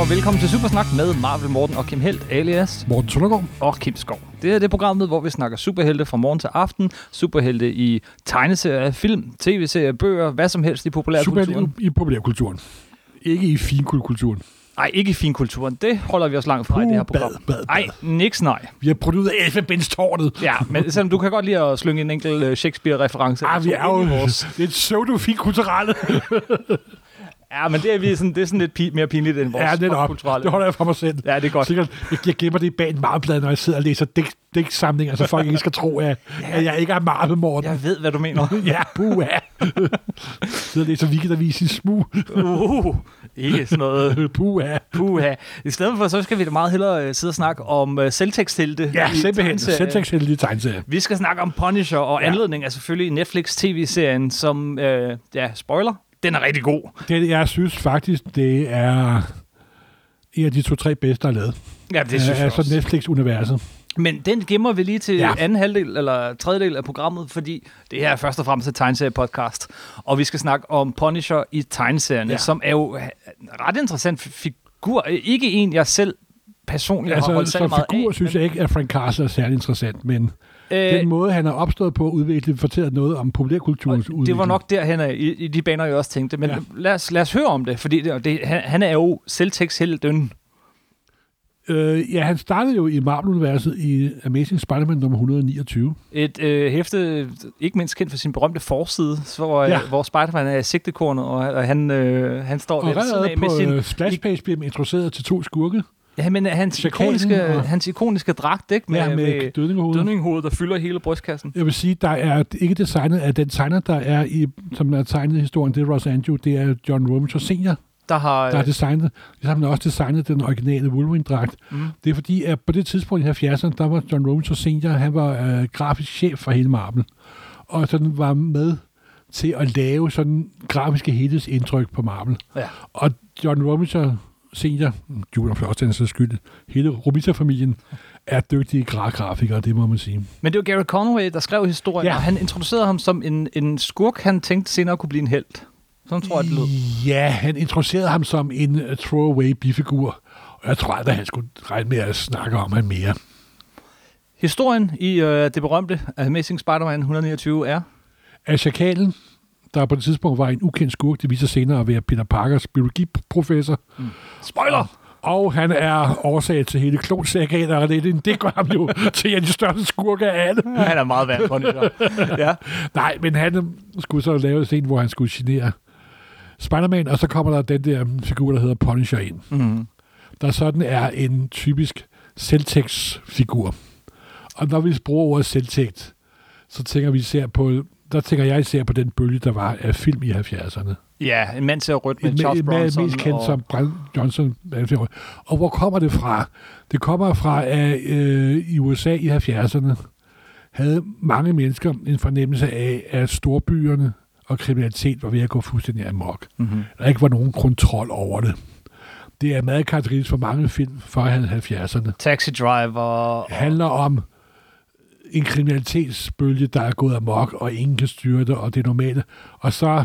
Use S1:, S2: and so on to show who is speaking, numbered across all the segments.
S1: og velkommen til Supersnak med Marvel Morten og Kim Helt, alias
S2: Morten Søndergaard.
S1: og Kim Skov. Det er det programmet, hvor vi snakker superhelte fra morgen til aften, superhelte i tegneserier, film, tv-serier, bøger, hvad som helst i populærkulturen.
S2: Superhelt i, i populærkulturen. Ikke i finkulturen.
S1: Nej, ikke i finkulturen. Det holder vi os langt fra i
S2: Uh,
S1: det her
S2: bad,
S1: program.
S2: bad, bad.
S1: Nej, niks nej.
S2: Vi har brudt ud af elfabindstårnet.
S1: Ja, men selvom du kan godt lide at slynge en enkelt øh, Shakespeare-reference.
S2: Ah, vi er jo
S1: vores.
S2: lidt pseudo-finkulturelle.
S1: Ja, men det er, vi sådan, det er sådan lidt pi- mere pinligt end vores
S2: ja, det op.
S1: popkulturelle.
S2: Det holder jeg for mig selv.
S1: Ja, det er godt.
S2: Sikkert, jeg, jeg gemmer det bag en marmelade, når jeg sidder og læser digt- digtsamlinger, så folk ikke skal tro, at, at jeg ikke er marmelmorten.
S1: Jeg ved, hvad du mener.
S2: Ja, puha. sidder og læser weekendavis i smug.
S1: Uh, ikke sådan noget
S2: Puha.
S1: puha. I stedet for, så skal vi da meget hellere øh, sidde og snakke om uh, selvtekstelte.
S2: Ja,
S1: i
S2: simpelthen.
S1: tegneserier.
S2: Selvtægtsheldige tegneserier.
S1: Vi skal snakke om Punisher, og
S2: Ja.
S1: anledning er selvfølgelig Netflix-tv-serien, som, øh, ja, spoiler, den er rigtig god.
S2: Det, jeg synes faktisk, det er en af de to-tre bedste, der er lavet.
S1: Ja, det synes
S2: af,
S1: jeg
S2: altså
S1: også.
S2: Netflix-universet.
S1: Men den gemmer vi lige til ja.
S2: Ja.
S1: anden halvdel eller tredjedel af programmet, fordi det her er først og fremmest et tegneserie-podcast. Og vi skal snakke om Punisher i tegneserierne, ja.
S2: Ja.
S1: som er jo øh, en ret interessant fi- figur. Ikke en, jeg selv personligt altså, har
S2: Altså,
S1: holdt særlig
S2: som
S1: meget
S2: figur
S1: af.
S2: synes jeg ikke, at Frank Castle er særlig interessant, men
S1: men,
S2: øh, den måde, han er opstået på at udvikle, fortæller noget om populærkulturens
S1: og
S2: udvikling.
S1: det var nok derhen af, i, i de baner, jeg også tænkte. Men ja.
S2: Ja.
S1: lad, os, lad os høre om det, fordi det, og det, han, han er jo selvtægtshelden.
S2: Øh, ja, han startede jo i Marvel-universet i Amazing Spider-Man nummer 129.
S1: Et øh, hæfte, ikke mindst kendt for sin berømte forside, så hvor, ja.
S2: Ja.
S1: hvor Spider-Man er i sigtekornet, og, og han, øh, han står
S2: Og
S1: lidt sådan af
S2: allerede
S1: med
S2: på øh,
S1: sin...
S2: sin... splashpage bliver man introduceret til to skurke.
S1: Ja, men øh, hans
S2: Chakanen
S1: ikoniske,
S2: og-
S1: hans ikoniske dragt, ikke? Med,
S2: Ja, med,
S1: med
S2: med dødningehovedet.
S1: dødninghovedet, der fylder hele brystkassen.
S2: Jeg vil sige, der er ikke designet af den tegner, der er i, som er tegnet i historien, det er Ross Andrew, det er John Romita Senior,
S1: Der har...
S2: der har designet, ligesom han også designet den originale Wolverine-dragt.
S1: Mm.
S2: Mm. Det er fordi, at på det tidspunkt i 70'erne, der var John Romita Senior, han var øh, grafisk chef for hele Marvel, og sådan var med til at lave sådan grafiske helheds indtryk på Marvel.
S1: ja.
S2: Og John Romita Senior, Julian Flostens skyld, hele Romita-familien, er dygtige gra- grafikere, det må man sige.
S1: Men det var Gary Conway, der skrev historien, ja.
S2: Ja.
S1: og han introducerede ham som en, en skurk, han tænkte senere kunne blive en held. Sådan tror jeg, det lød.
S2: Ja, han introducerede ham som en øh, throwaway bifigur, og jeg tror aldrig, han skulle regne med at snakke om ham mere.
S1: Historien i øh, det berømte Amazing Spider-Man 129 er...
S2: at chakalen, der på det tidspunkt var en ukendt skurk, det viser sig senere at være Peter Parkers biologiprofessor.
S1: Spoiler!
S2: Og han er årsag til hele klonserien, og det, det gør ham jo til en af de største skurke af alle.
S1: Han er meget vand på ja.
S2: Nej, men han øh, skulle så lave en scene, hvor han skulle genere Spider-Man, og så kommer der den der figur, der hedder Punisher ind.
S1: Mm.
S2: der sådan er en typisk selvtægtsfigur. Og når vi bruger ordet selvtægt, så tænker vi især på, der tænker jeg især på den bølge, der var af film i 70'erne.
S1: Ja, en mand ser rødt med
S2: En-
S1: Charles
S2: en- en-
S1: Bronson.
S2: Mest kendt
S1: og...
S2: som Brand Johnson. Og hvor kommer det fra? Det kommer fra, at øh, i USA i 70'erne havde mange mennesker en fornemmelse af, at storbyerne og kriminalitet var ved at gå fuldstændig amok
S1: Mm-hmm.
S2: der ikke var nogen kontrol over det. Det er meget karakteristisk for mange film fra 70'erne.
S1: Taxi Driver.
S2: Det handler om en kriminalitetsbølge, der er gået amok, og ingen kan styre det, og det er normale. Og så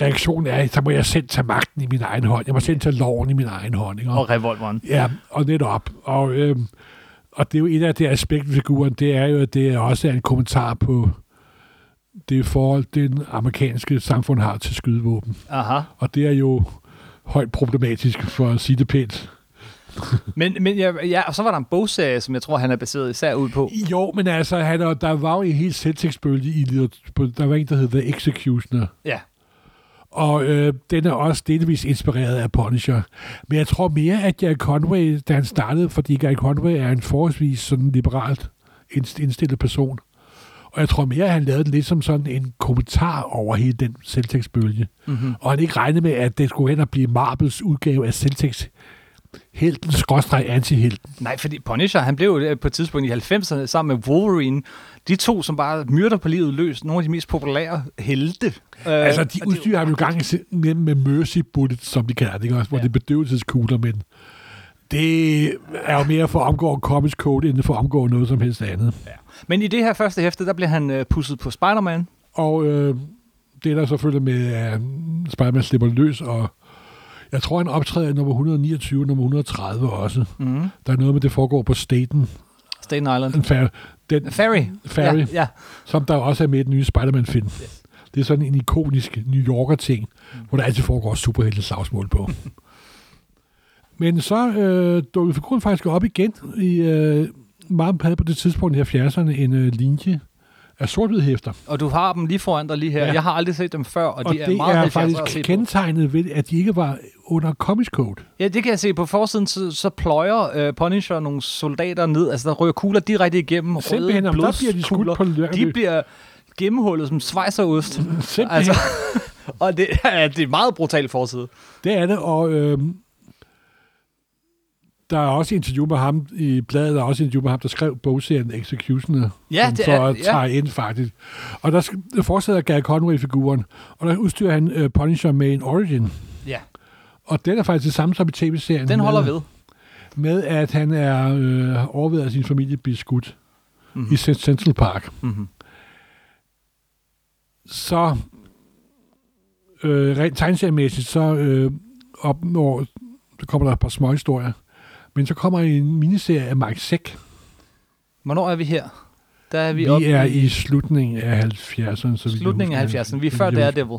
S2: reaktionen er, så må jeg selv tage magten i min egen hånd. Jeg må selv tage loven i min egen hånd. Ikke?
S1: Og revolveren.
S2: Ja, og netop. Og, øhm, og det er jo et af det aspekt ved figuren, det er jo, at det også er en kommentar på det forhold, den amerikanske samfund har til skydevåben.
S1: Aha.
S2: Og det er jo højt problematisk, for at sige det pænt.
S1: Men, men ja, ja, og så var der en bogserie, som jeg tror, han er baseret især ud på.
S2: Jo, men altså, han er, der var jo en helt selvtægtsbølge i litteratur- på- Der var en, der hed The Executioner.
S1: Ja.
S2: Og øh, den er også delvis inspireret af Punisher. Men jeg tror mere, at Gary Conway, da han startede, fordi Gary Conway er en forholdsvis sådan liberalt indst- indstillet person. Og jeg tror mere, at han lavede den lidt som sådan en kommentar over hele den selvtægtsbølge.
S1: Mm-hmm.
S2: og han ikke regnede med, at det skulle hen og blive Marbles udgave af Celtics helten skråstreg antihelten.
S1: Nej, fordi Punisher, han blev jo øh, på et tidspunkt i 90'erne sammen med Wolverine. De to, som bare myrder på livet løs. Nogle af de mest populære helte. Øh,
S2: Øh, altså, de
S1: og det-
S2: udstyrer ham jo gang med, med mercy bullets, som de kalder det, ikke? også, hvor
S1: Ja.
S2: ja. det er bedøvelseskugler, men det er jo mere for at omgå comics code, end for at omgå noget som helst andet.
S1: Men i det her første hæfte, der bliver han øh, pusset på Spider-Man.
S2: øh, Og øh, det er der selvfølgelig med, at Spider-Man slipper løs, og Jeg tror, han optræder i nummer 129 og nummer 130 også.
S1: Mm.
S2: Der er noget med, det foregår på Staten.
S1: Staten Island.
S2: Den, fær- den
S1: Ferry.
S2: ferry,
S1: Ja, ja.
S2: som der også er med i den nye Spider-Man-film. Det er sådan en ikonisk New Yorker-ting,
S1: Mm.
S2: hvor der altid foregår superhelte slagsmål på. Men så øh, dukkede figuren faktisk op igen i... Øh, Marm havde på det tidspunkt i 70'erne en øh, linje af sort hæfter.
S1: Og du har dem lige foran dig lige her.
S2: Ja.
S1: Ja. Jeg har aldrig set dem før, og,
S2: Og
S1: de
S2: det
S1: er meget
S2: er
S1: 70'ere at se
S2: faktisk
S1: på.
S2: kendetegnet ved, at de ikke var under Comics Code.
S1: Ja, det kan jeg se. På forsiden, så, så pløjer øh, Punisher nogle soldater ned. Altså, der ryger kugler direkte igennem.
S2: Simpelthen,
S1: røde
S2: om der bliver de
S1: blodskugler.
S2: skudt på lørdag.
S1: De bliver gennemhullet som svejserost.
S2: Simpelthen,
S1: altså,
S2: altså.
S1: og det, ja, det er meget brutal forside.
S2: det er det, og øhm, der er også interview med ham i bladet, der er også interview med ham, der skrev bogserien Executioner,
S1: Ja,
S2: som
S1: det
S2: så
S1: er- ja.
S2: tager ind faktisk. Og der sk- fortsætter Gary Conway-figuren, og der udstyrer han øh, Punisher med en origin.
S1: Ja,
S2: Og den er faktisk det samme som i tv-serien.
S1: den holder
S2: med,
S1: ved.
S2: Med at han er øh, overvejet af sin familie blive skudt
S1: Mhm.
S2: mm-hmm. i Cent- Central Park.
S1: Mm-hmm.
S2: så øh, rent tegnseriemæssigt, så øh, opnår, så kommer der et par små historier. Men så kommer en miniserie af Mike Sæk.
S1: Hvornår er vi her? Der er vi,
S2: Vi,
S1: oppe
S2: er i slutningen af 70'erne. Så vidt jeg
S1: slutningen af
S2: husker.
S1: 70'erne. Vi er
S2: Så
S1: før
S2: vidt jeg husker.
S1: Daredevil.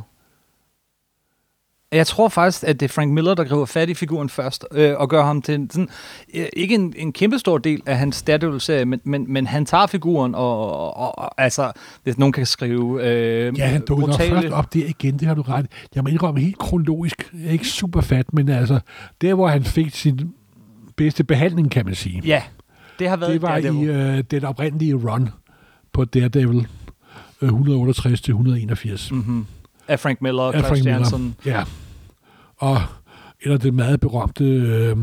S1: Jeg tror faktisk, at det er Frank Miller, der griber fat i figuren først, øh, og gør ham til en, sådan, øh, ikke en, en kæmpestor del af hans Daredevil-serie, men, men, men han tager figuren, og, og, og, og altså, hvis nogen kan skrive øh,
S2: Ja, han dukker
S1: brutale-
S2: først op der igen, det har du ret. i. Jeg må indrømme helt kronologisk, jeg er ikke super fat, men altså, der hvor han fik sin bedste behandling, kan man sige.
S1: Ja, det har været
S2: Det var
S1: Daredevil.
S2: i øh, den oprindelige run på Daredevil øh, 168 til 181.
S1: mm-hmm. af Frank Miller og
S2: øh, Af
S1: Klaus
S2: Frank Miller.
S1: Jansen.
S2: Ja. Og eller det meget berømte øh,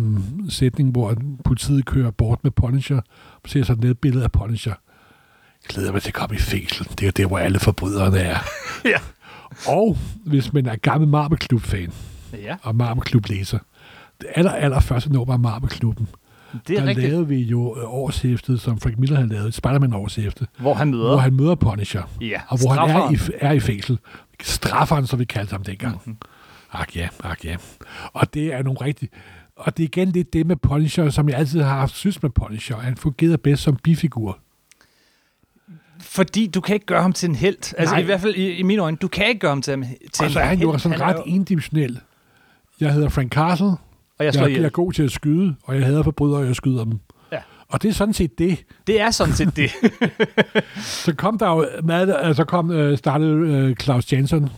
S2: sætning, hvor politiet kører bort med Punisher, og ser sådan et billede af Punisher. Glæder mig til at komme i fængsel. Det er der, hvor alle forbryderne er.
S1: Ja.
S2: Og hvis man er gammel Marvel Club-fan
S1: Ja,
S2: og Marvel Club-læser, det aller, aller første nummer af Marvel Klubben,
S1: det er
S2: der
S1: rigtigt,
S2: lavede vi jo øh, årshæftet, som Frank Miller havde lavet, et Spider-Man-årshæfte,
S1: hvor han møder.
S2: hvor han møder Punisher.
S1: ja,
S2: Og hvor han er
S1: strafferen. Mhm.
S2: i, er i fængsel. Strafferen, som vi kaldte ham dengang. Mm-hmm. Ak ja, ak ja. Og det er nogle rigtige... Og det er igen lidt det med Punisher, som jeg altid har haft synes med Punisher. Han fungerer bedst som bifigur.
S1: Fordi du kan ikke gøre ham til en held. Altså
S2: Nej.
S1: i hvert fald i, i mine øjne, du kan ikke gøre ham til, en- til
S2: Og så er
S1: en
S2: han jo
S1: helt.
S2: sådan
S1: er
S2: ret
S1: jo-
S2: endimensionel. Jeg hedder Frank Castle.
S1: Og jeg
S2: Jeg,
S1: slår
S2: jeg, jeg er
S1: ihjel.
S2: god til at skyde, og jeg hader forbrydere, og jeg skyder dem.
S1: Ja.
S2: Og det er sådan set det.
S1: Det er sådan set det.
S2: Så kom der jo meget, altså kom, øh, startede øh, Claus Jensen.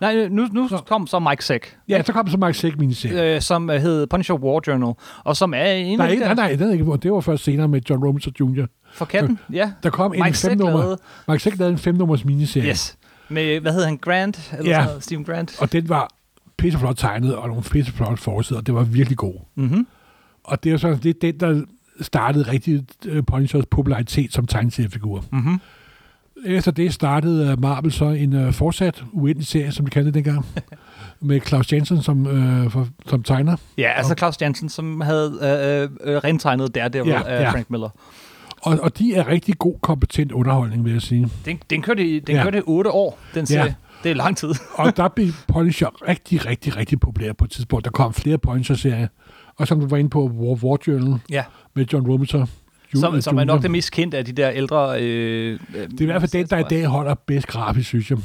S1: Nej, nu, nu
S2: Så-
S1: kom så Mike Sack,
S2: Ja, så kom så Mark Sæk, min serie.
S1: øh, som øh, hed Punisher War Journal, og som er en
S2: Nej,
S1: af de
S2: nej,
S1: der
S2: nej, det er ikke, det var først senere med John Robinson Jr.
S1: for katten. Ja,
S2: Der kom en
S1: Mike Sack
S2: femnummer.
S1: lavede,
S2: Mark Sæk lavede en femnummers miniserie,
S1: yes, med, hvad hed han, Grant? Eller
S2: Ja.
S1: sådan noget, Stephen Grant.
S2: og den var pisseflot tegnet, og nogle pisseflot forsider, og det var virkelig god.
S1: Mm-hmm.
S2: Og det er jo sådan lidt den, der startede rigtig øh, Punishers popularitet som tegneseriefigur.
S1: Mm-hmm.
S2: Efter det startede øh, Marvel så en øh, fortsat uendelig serie, som de kaldte det dengang, med Claus Jensen som, øh, for, som tegner.
S1: Ja, altså Claus Jansen, som havde øh, øh, rentegnet Daredevil
S2: Ja,
S1: ja, af
S2: ja.
S1: Frank Miller.
S2: Og, og de er rigtig god, kompetent underholdning, vil jeg sige.
S1: Den, den kørte i den
S2: Ja.
S1: ja. kørte i 8 år, den serie.
S2: Ja.
S1: Ja. Det er lang tid.
S2: Og der blev Punisher rigtig, rigtig, rigtig populær på et tidspunkt. Der kom flere Punisher-serier. Og som du var inde på, War, War Journal
S1: Ja.
S2: med John Romita.
S1: Som, som er nok det mest kendte af de der ældre... Øh,
S2: Det er i hvert fald den, der i dag holder bedst grafisk, synes jeg.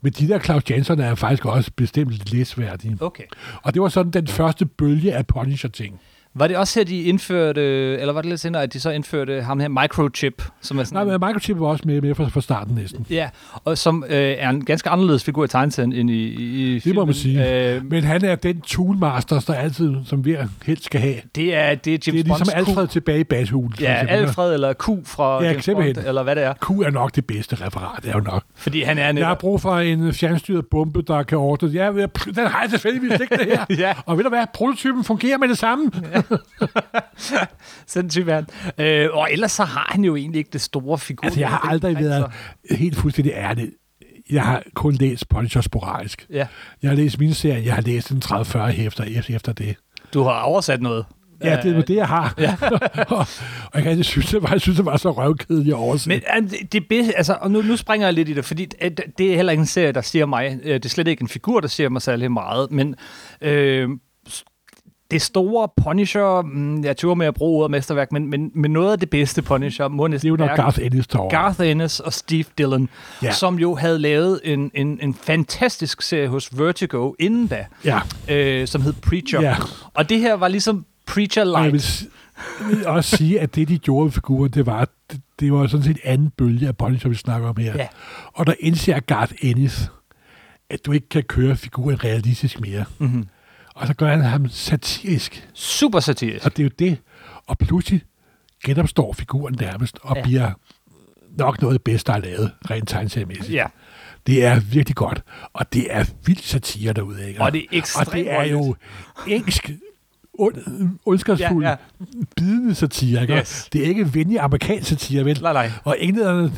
S2: Men de der Claus Jansson er faktisk også bestemt læsværdige.
S1: Okay.
S2: Og det var sådan den første bølge af Punisher-ting.
S1: Var det også her, de indførte, øh, eller var det lidt senere, at de så indførte ham her, Microchip, som er
S2: Nej,
S1: sådan en-
S2: men Microchip var også med, med fra, fra starten næsten.
S1: Ja, og som øh, er en ganske anderledes figur i tegneserien end i, i, i
S2: Det må man sige.
S1: Øh,
S2: Men han er den toolmaster, der altid, som vi helst skal have.
S1: det, er, det er James
S2: Det er ligesom
S1: Bonds
S2: Alfred
S1: Q.
S2: tilbage i bashulet.
S1: Ja, Alfred eller Q fra
S2: Ja,
S1: James
S2: simpelthen.
S1: Bond, eller hvad det er.
S2: Q er nok det bedste referat, det er jo nok.
S1: Fordi han er en...
S2: Jeg har brug for en fjernstyret bombe, der kan ordne. Ja, jeg- den har jeg selvfølgelig ikke det her.
S1: Ja.
S2: Og ved du hvad, prototypen fungerer med det samme.
S1: Sådan en type er han. Øh, og ellers så har han jo egentlig ikke det store figur.
S2: Altså, jeg har aldrig været helt fuldstændig ærlig. Jeg har kun læst Punisher sporadisk.
S1: Ja,
S2: Jeg har læst min serie, jeg har læst den 30-40 hæfter efter, efter det.
S1: du har oversat noget. Øh,
S2: Ja, det er jo det, jeg har. Ja. og jeg kan ikke synes, det var, jeg synes, det var så røvkedeligt at overse.
S1: Men øh, det- det bedste, altså, og nu, nu springer jeg lidt i det, fordi at det er heller ikke en serie, der siger mig, øh, det er slet ikke en figur, der siger mig særlig meget, men øh, s- det store Punisher, mm, jeg tør med at bruge ordet mesterværk, men, men, men noget af det bedste Punisher må
S2: Det er
S1: næsten
S2: jo nok
S1: være-
S2: Garth Ennis, der er over.
S1: Garth Ennis og Steve Dillon,
S2: Ja.
S1: ja. som jo havde lavet en, en, en fantastisk serie hos Vertigo inden da,
S2: Ja.
S1: øh, som hed Preacher.
S2: Ja.
S1: Og det her var ligesom Preacher
S2: Og jeg vil
S1: Light.
S2: s- jeg vil også sige, at det, de gjorde med figuren, det var, det, det var sådan set anden bølge af Punisher, vi snakker om her.
S1: Ja.
S2: Og der indser Garth Ennis, at du ikke kan køre figuren realistisk mere.
S1: Mm-hmm.
S2: Og så gør han ham satirisk.
S1: Super satirisk.
S2: Og det er jo det. Og pludselig genopstår figuren nærmest, og ja.
S1: Ja.
S2: bliver nok noget af det bedste, der er lavet, rent tegnseriemæssigt.
S1: Ja.
S2: Det er virkelig godt, og det er vildt satire derude, ikke?
S1: Og det er ekstremt
S2: Og det er jo engelsk, ond, ondskabsfuld, ja,
S1: Ja,
S2: ja. bidende satire, ikke?
S1: Yes.
S2: Det er ikke venlig amerikansk satire, vel?
S1: Nej, nej.
S2: Og englænderne,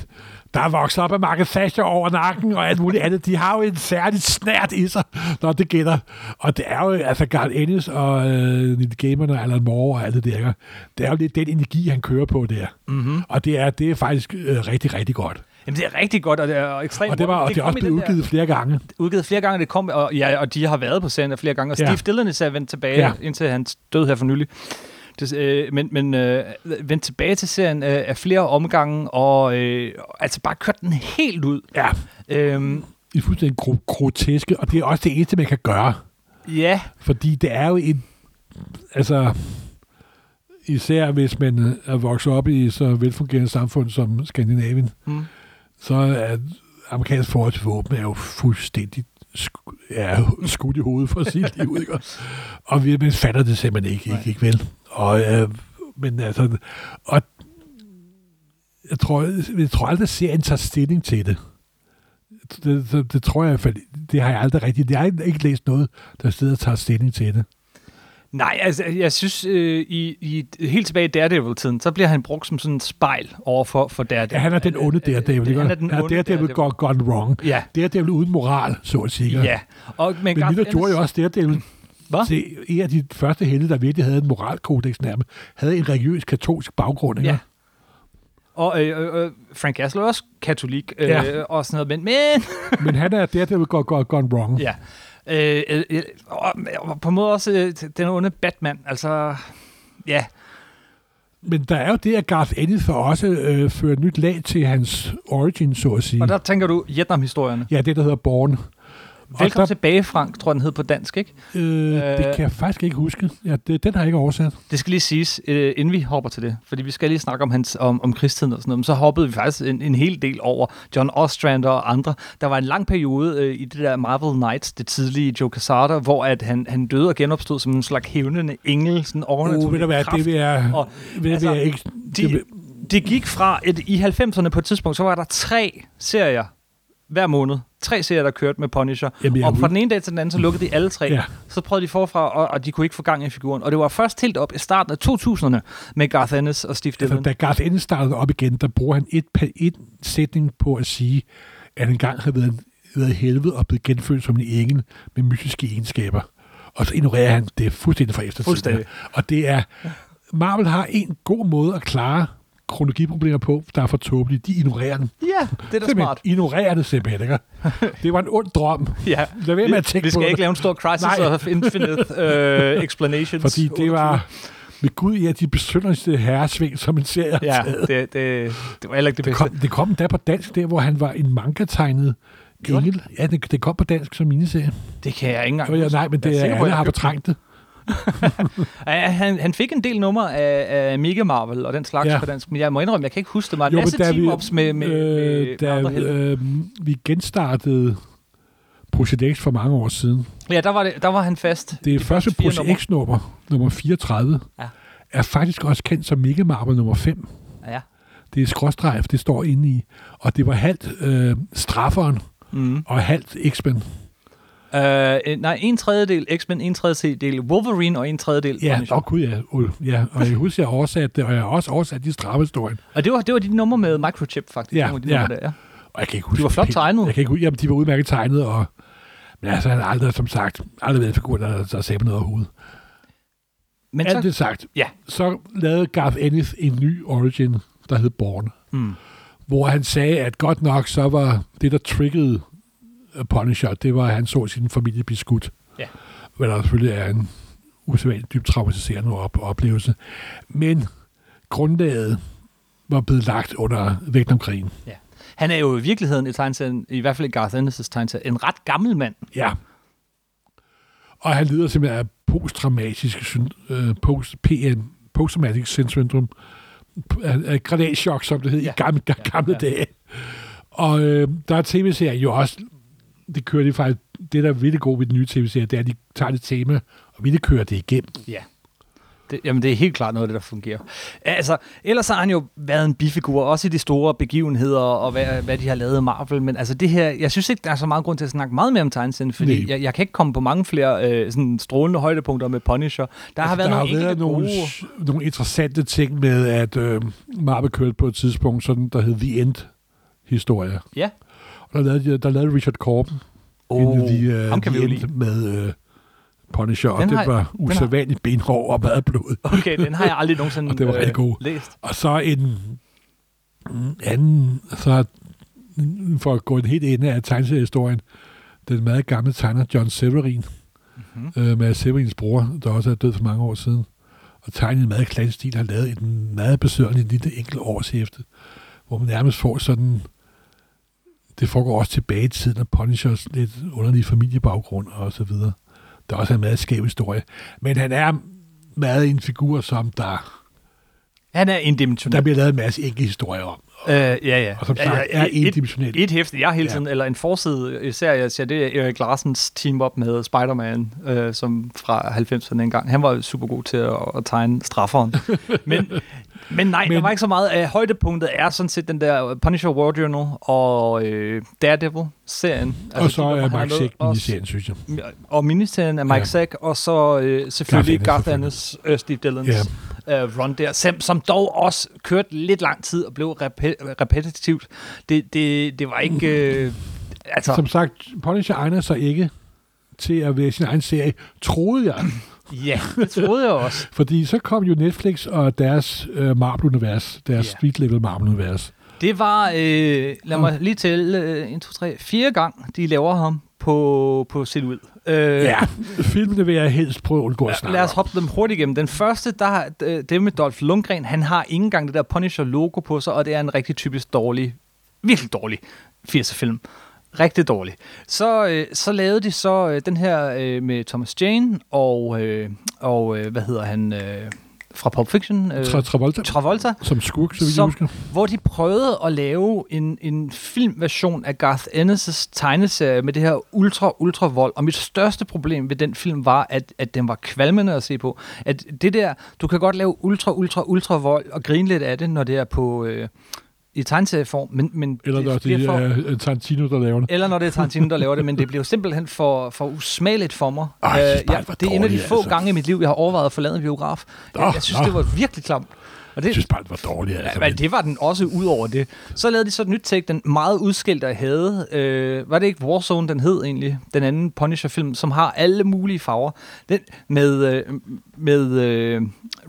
S2: der er vokset op af Margaret Thatcher over nakken og alt muligt andet, de har jo en særlig snært i sig, når det gælder. Og det er jo, altså Garth Ennis og øh, Neil Gaiman og Alan Moore og alt det der, ikke? det er jo lidt den energi, han kører på der. Mm-hmm. Og det er, det er faktisk øh, rigtig, rigtig godt.
S1: Jamen, det er rigtig godt, og det er og ekstremt...
S2: Og det, var, og det, er
S1: kom
S2: også
S1: i
S2: blevet
S1: den der-
S2: udgivet flere gange.
S1: udgivet flere gange, det kom, og, ja, og de har været på serien flere gange, og
S2: Ja.
S1: Steve Dillon især vendt tilbage,
S2: Ja.
S1: ja. indtil han død her for nylig. Det, øh, men men øh, vendt tilbage til serien øh, af flere omgange, og øh, altså bare kørt den helt ud.
S2: Ja,
S1: Øhm,
S2: i fuldstændig gro- groteske, og det er også det eneste, man kan gøre.
S1: ja,
S2: Fordi det er jo en... Altså, især hvis man øh, er vokset op i så velfungerende samfund som Skandinavien,
S1: mm,
S2: så er amerikansk forhold til våben er jo fuldstændig sku- ja, skudt i hovedet for sit liv. Ikke? Og- Og vi, man fatter det simpelthen ikke, ikke, ikke vel? Og, øh, men altså, og jeg tror, jeg tror aldrig, at serien tager stilling til det. Det, det, det tror jeg i hvert fald, det har jeg aldrig rigtigt. Jeg har ikke læst noget, der sidder og tager stilling til det.
S1: nej, altså jeg synes, øh, i, i, helt tilbage i Daredevil-tiden, så bliver han brugt som sådan en spejl over for, for Daredevil.
S2: Ja, han er den onde der, David.
S1: Han er den onde
S2: der, David.
S1: Daredevil.
S2: Gone, gone wrong.
S1: Ja,
S2: Det er David uden moral, så at sige.
S1: ja. Og, men
S2: Men
S1: Garth
S2: Miller gjorde jo
S1: Ennis-
S2: også det, at det
S1: Hvad?
S2: til en af de første helte, der virkelig havde en moralkodex nærmest, havde en religiøs katolsk baggrund. Ikke?
S1: Ja. Og øh, øh, øh, Frank Castle er også katolik øh,
S2: Ja.
S1: ja. og sådan noget, men, men
S2: Men han er der, der vil gå, gå, gone wrong.
S1: Ja. Øh, øh, øh, og, og på en måde også øh, t- den onde Batman. Altså, ja.
S2: Men der er jo det, at Garth Ennis for også øh, fører et nyt lag til hans origin, så at sige.
S1: Og der tænker du Vietnam-historierne.
S2: Ja, det, der hedder Born. Og
S1: Velkommen tilbage, Frank, tror jeg, den hed på dansk, ikke?
S2: der, øh, det
S1: Øh.
S2: kan jeg faktisk ikke huske. Ja, det, den har jeg ikke oversat.
S1: Det skal lige siges, øh, inden vi hopper til det, fordi vi skal lige snakke om, hans, om, om krigstiden og sådan noget, men så hoppede vi faktisk en, en hel del over John Ostrander og andre. Der var en lang periode øh, i det der Marvel Knights, det tidlige Joe Quesada, hvor at han, han døde og genopstod som en slags hævnende engel, sådan
S2: Uh, ved
S1: overnaturlig
S2: du hvad, det vil jeg,
S1: Og,
S2: ved, vil
S1: altså,
S2: jeg ikke... det vil,
S1: de, de gik fra, et, i 90'erne på et tidspunkt, så var der tre serier hver måned. Tre serier, der kørte med Punisher.
S2: Jamen, jeg
S1: og
S2: er
S1: fra den ene dag til den anden, så lukkede de alle tre.
S2: Ja.
S1: Så prøvede de forfra, og, og de kunne ikke få gang i figuren. Og det var først helt op i starten af 2000'erne med Garth Ennis og Steve
S2: Altså,
S1: Dillon.
S2: da Garth Ennis startede op igen, der bruger han et, pa- et sætning på at sige, at han engang havde været, været i helvede og blevet genfødt som en engel med mystiske egenskaber. Og så ignorerer han det fuldstændig fra eftertiden.
S1: Fuldstændig.
S2: Og det er... Marvel har en god måde at klare kronologiproblemer på, der er for tåbelige. De ignorerer den.
S1: Ja, det er da
S2: Simpelthen
S1: smart.
S2: ignorerer det simpelthen, ikke? Det var en ond drøm.
S1: Ja.
S2: Lad være med at
S1: Vi
S2: tænke på
S1: skal
S2: det.
S1: ikke lave en stor Crisis
S2: Nej.
S1: of Infinite øh, Explanations.
S2: Fordi det var med Gud i, at de besynderligste herresving, som en serie har
S1: Ja,
S2: taget.
S1: det, det, det var heller ikke det
S2: Det
S1: bedste.
S2: kom, det kom da på dansk, der hvor han var en manga-tegnet
S1: Gjorde
S2: engel. Ja, det, det kom på dansk som miniserie.
S1: Det kan jeg ikke engang
S2: Jo, ja, nej, men
S1: Jeg
S2: det er,
S1: sikker på,
S2: alle
S1: jeg
S2: har
S1: købte
S2: betrængt det.
S1: Ja, han, han fik en del numre af, af Mega Marvel og den slags
S2: Ja.
S1: ja. på dansk, men jeg må indrømme, jeg kan ikke huske det meget.
S2: Jo,
S1: Jo,
S2: men
S1: Masse
S2: da vi-
S1: team-ups med, med, med,
S2: Øh,
S1: med andre
S2: da
S1: helte.
S2: øh, vi genstartede Project X for mange år siden.
S1: Ja, der var, det, der var han fast.
S2: Det er
S1: De
S2: første
S1: fire
S2: Project X-nummer, nummer 34,
S1: Ja.
S2: er faktisk også kendt som Mega Marvel nummer 5.
S1: numre. Ja.
S2: Det er skråstrejf, det står inde i. Og det var halvt øh, strafferen
S1: Mm.
S2: og halvt X-Men.
S1: Øh, en- nej, en tredjedel X-Men, en tredjedel Wolverine og en tredjedel
S2: Ja,
S1: Punisher.
S2: og gud ja, ul, ja. Og jeg husker, jeg oversatte det, og jeg har også oversat de straffehistorien.
S1: Og det var, det var de numre med microchip, faktisk.
S2: Ja,
S1: nogle af de
S2: ja.
S1: numre Der, ja.
S2: Og jeg kan ikke huske,
S1: De var flot
S2: helt-
S1: tegnet.
S2: Jeg kan ikke huske, jamen, de var udmærket tegnet, og men altså, han har aldrig, som sagt, aldrig været en figur, der, der sagde på noget overhovedet.
S1: Men
S2: Alt
S1: så,
S2: det sagt,
S1: ja.
S2: så lavede Garth Ennis en ny origin, der hed Born,
S1: Mm.
S2: hvor han sagde, at godt nok så var det, der triggede uh, øh, Punisher, det var, at han så sin familie blive skudt.
S1: Ja.
S2: Hvad der selvfølgelig er en usædvanligt dybt traumatiserende op- oplevelse. Men grundlaget var blevet lagt under Vietnamkrigen.
S1: Ja. Han er jo i virkeligheden i tegneserien, i hvert fald i Garth Ennis' tegneserie, en ret gammel mand.
S2: Ja. Og han lider simpelthen af posttraumatisk syn- øh, post, PM, posttraumatic stress syndrom, P- af, af granatchok, som det hed ja.
S1: Ja.
S2: i gamle, ja, gamle ja. dage. Og øh, der er tv-serier jo også, det kører de faktisk, det der er virkelig godt ved den nye tv-serie, det er, at de tager det tema, og vi kører det igennem.
S1: Ja. Det, jamen, det er helt klart noget af det, der fungerer. Altså, ellers har han jo været en bifigur, også i de store begivenheder, og hvad, hvad de har lavet i Marvel. Men altså det her, jeg synes ikke, der er så meget grund til at snakke meget mere om tegneserien, fordi
S2: Nej.
S1: jeg, jeg kan ikke komme på mange flere øh, sådan strålende højdepunkter med Punisher. Der har været
S2: Altså, der
S1: nogle
S2: har været
S1: enkelte
S2: nogle,
S1: gode-
S2: s- nogle interessante ting med, at øh, Marvel kørte på et tidspunkt sådan, der hed The End-historie.
S1: Ja.
S2: Og der lavede, de- der lavede Richard Corben oh,
S1: Oh,
S2: The, øh,
S1: ham kan vi jo
S2: The End
S1: lide.
S2: med øh, Punisher, og
S1: Den
S2: det
S1: har-
S2: var
S1: har-
S2: usædvanligt benhård og meget blod.
S1: Okay, den har jeg aldrig nogensinde øh,
S2: Og det var rigtig god.
S1: læst.
S2: Og så en en anden, så for at gå en helt ende af tegneseriehistorien, den meget gamle tegner John Severin,
S1: Mhm.
S2: mm-hmm. øh, med Severins bror, der også er død for mange år siden, og tegnet en meget klan stil, har lavet en meget besøgerlig lille enkelt årshæfte, hvor man nærmest får sådan, det foregår også tilbage i tiden, og Punishers lidt underlige familiebaggrund og så videre. Der er også en meget skæv historie. Men han er meget en figur, som der
S1: Han er indimensionel.
S2: der bliver lavet en masse enkelte historier om.
S1: Øh, ja, ja.
S2: Og som
S1: Ja,
S2: sagt
S1: ja,
S2: er
S1: et-
S2: endimensionel.
S1: Et hæfte, jeg hele
S2: Ja.
S1: tiden, eller en forside serie, jeg ser, det er Erik Larsens team op med Spider-Man, øh, som fra 90'erne engang. Han var jo super god til at, at tegne strafferen. men, men nej, men, der
S2: Men-
S1: var ikke så meget. Øh, højdepunktet er sådan set den der Punisher War Journal og øh, Daredevil-serien.
S2: Altså, og så
S1: de numre,
S2: er
S1: han har
S2: Mark
S1: lavet.
S2: Sigten
S1: Og-
S2: i serien, synes jeg.
S1: Og miniserien af Mike
S2: Ja.
S1: ja. Sack, og så øh, selvfølgelig
S2: Garth
S1: Garth
S2: Ennis,
S1: Ennis, øh, Steve Dillons øh, run der, som, som dog også kørte lidt lang tid og blev repe- repetitivt. Det, det, det var ikke... Øh, altså,
S2: Så. Som sagt, Punisher egner sig ikke til at være sin egen serie, troede jeg.
S1: ja, det troede jeg også.
S2: Fordi så kom jo Netflix og deres øh, Marvel-univers, deres
S1: Ja.
S2: yeah. street-level Marvel-univers.
S1: Det var, øh, lad mig lige tælle, øh, 1, 2, 3, 4 gang, de laver ham på, på Silhouette. Øh,
S2: Ja, filmene vil jeg helst prøve at undgå at snakke
S1: Lad os
S2: om.
S1: hoppe dem hurtigt igennem. Den første, der, øh, det er med Dolph Lundgren. Han har ikke engang det der Punisher-logo på sig, og det er en rigtig typisk dårlig, virkelig dårlig 80'er-film. Rigtig dårlig. Så, øh, så lavede de så øh, den her øh, med Thomas Jane og, øh, og øh, hvad hedder han, øh, fra Pulp Fiction? Øh,
S2: Tra- Travolta,
S1: Travolta
S2: som skurk, så vidt jeg
S1: som-
S2: husker.
S1: hvor de prøvede at lave en, en filmversion af Garth Ennis' tegneserie med det her ultra, ultra vold. Og mit største problem ved den film var, at, at den var kvalmende at se på. At det der, du kan godt lave ultra, ultra, ultra vold og grine lidt af det, når det er på... Øh, i tegneserieform, men, men
S2: Eller
S1: det
S2: det, det
S1: bliver for-
S2: er øh, Tarantino, der laver det.
S1: eller når det er Tarantino, der laver det, men det blev simpelthen for, for usmageligt for mig.
S2: Ej,
S1: Øh,
S2: det var
S1: jeg, det er en af de
S2: dårligt,
S1: få
S2: altså.
S1: gange i mit liv, jeg har overvejet at forlade en biograf.
S2: Nå,
S1: Jeg, jeg synes,
S2: nå.
S1: det var virkelig klamt. Og
S2: Jeg
S1: det,
S2: synes bare, det var dårligt. Altså.
S1: men
S2: Men,
S1: det var den også ud over det. Så lavede de så et nyt take, den meget udskilte jeg havde. Øh, var det ikke Warzone, den hed egentlig? Den anden Punisher-film, som har alle mulige farver. Den med, øh, med øh,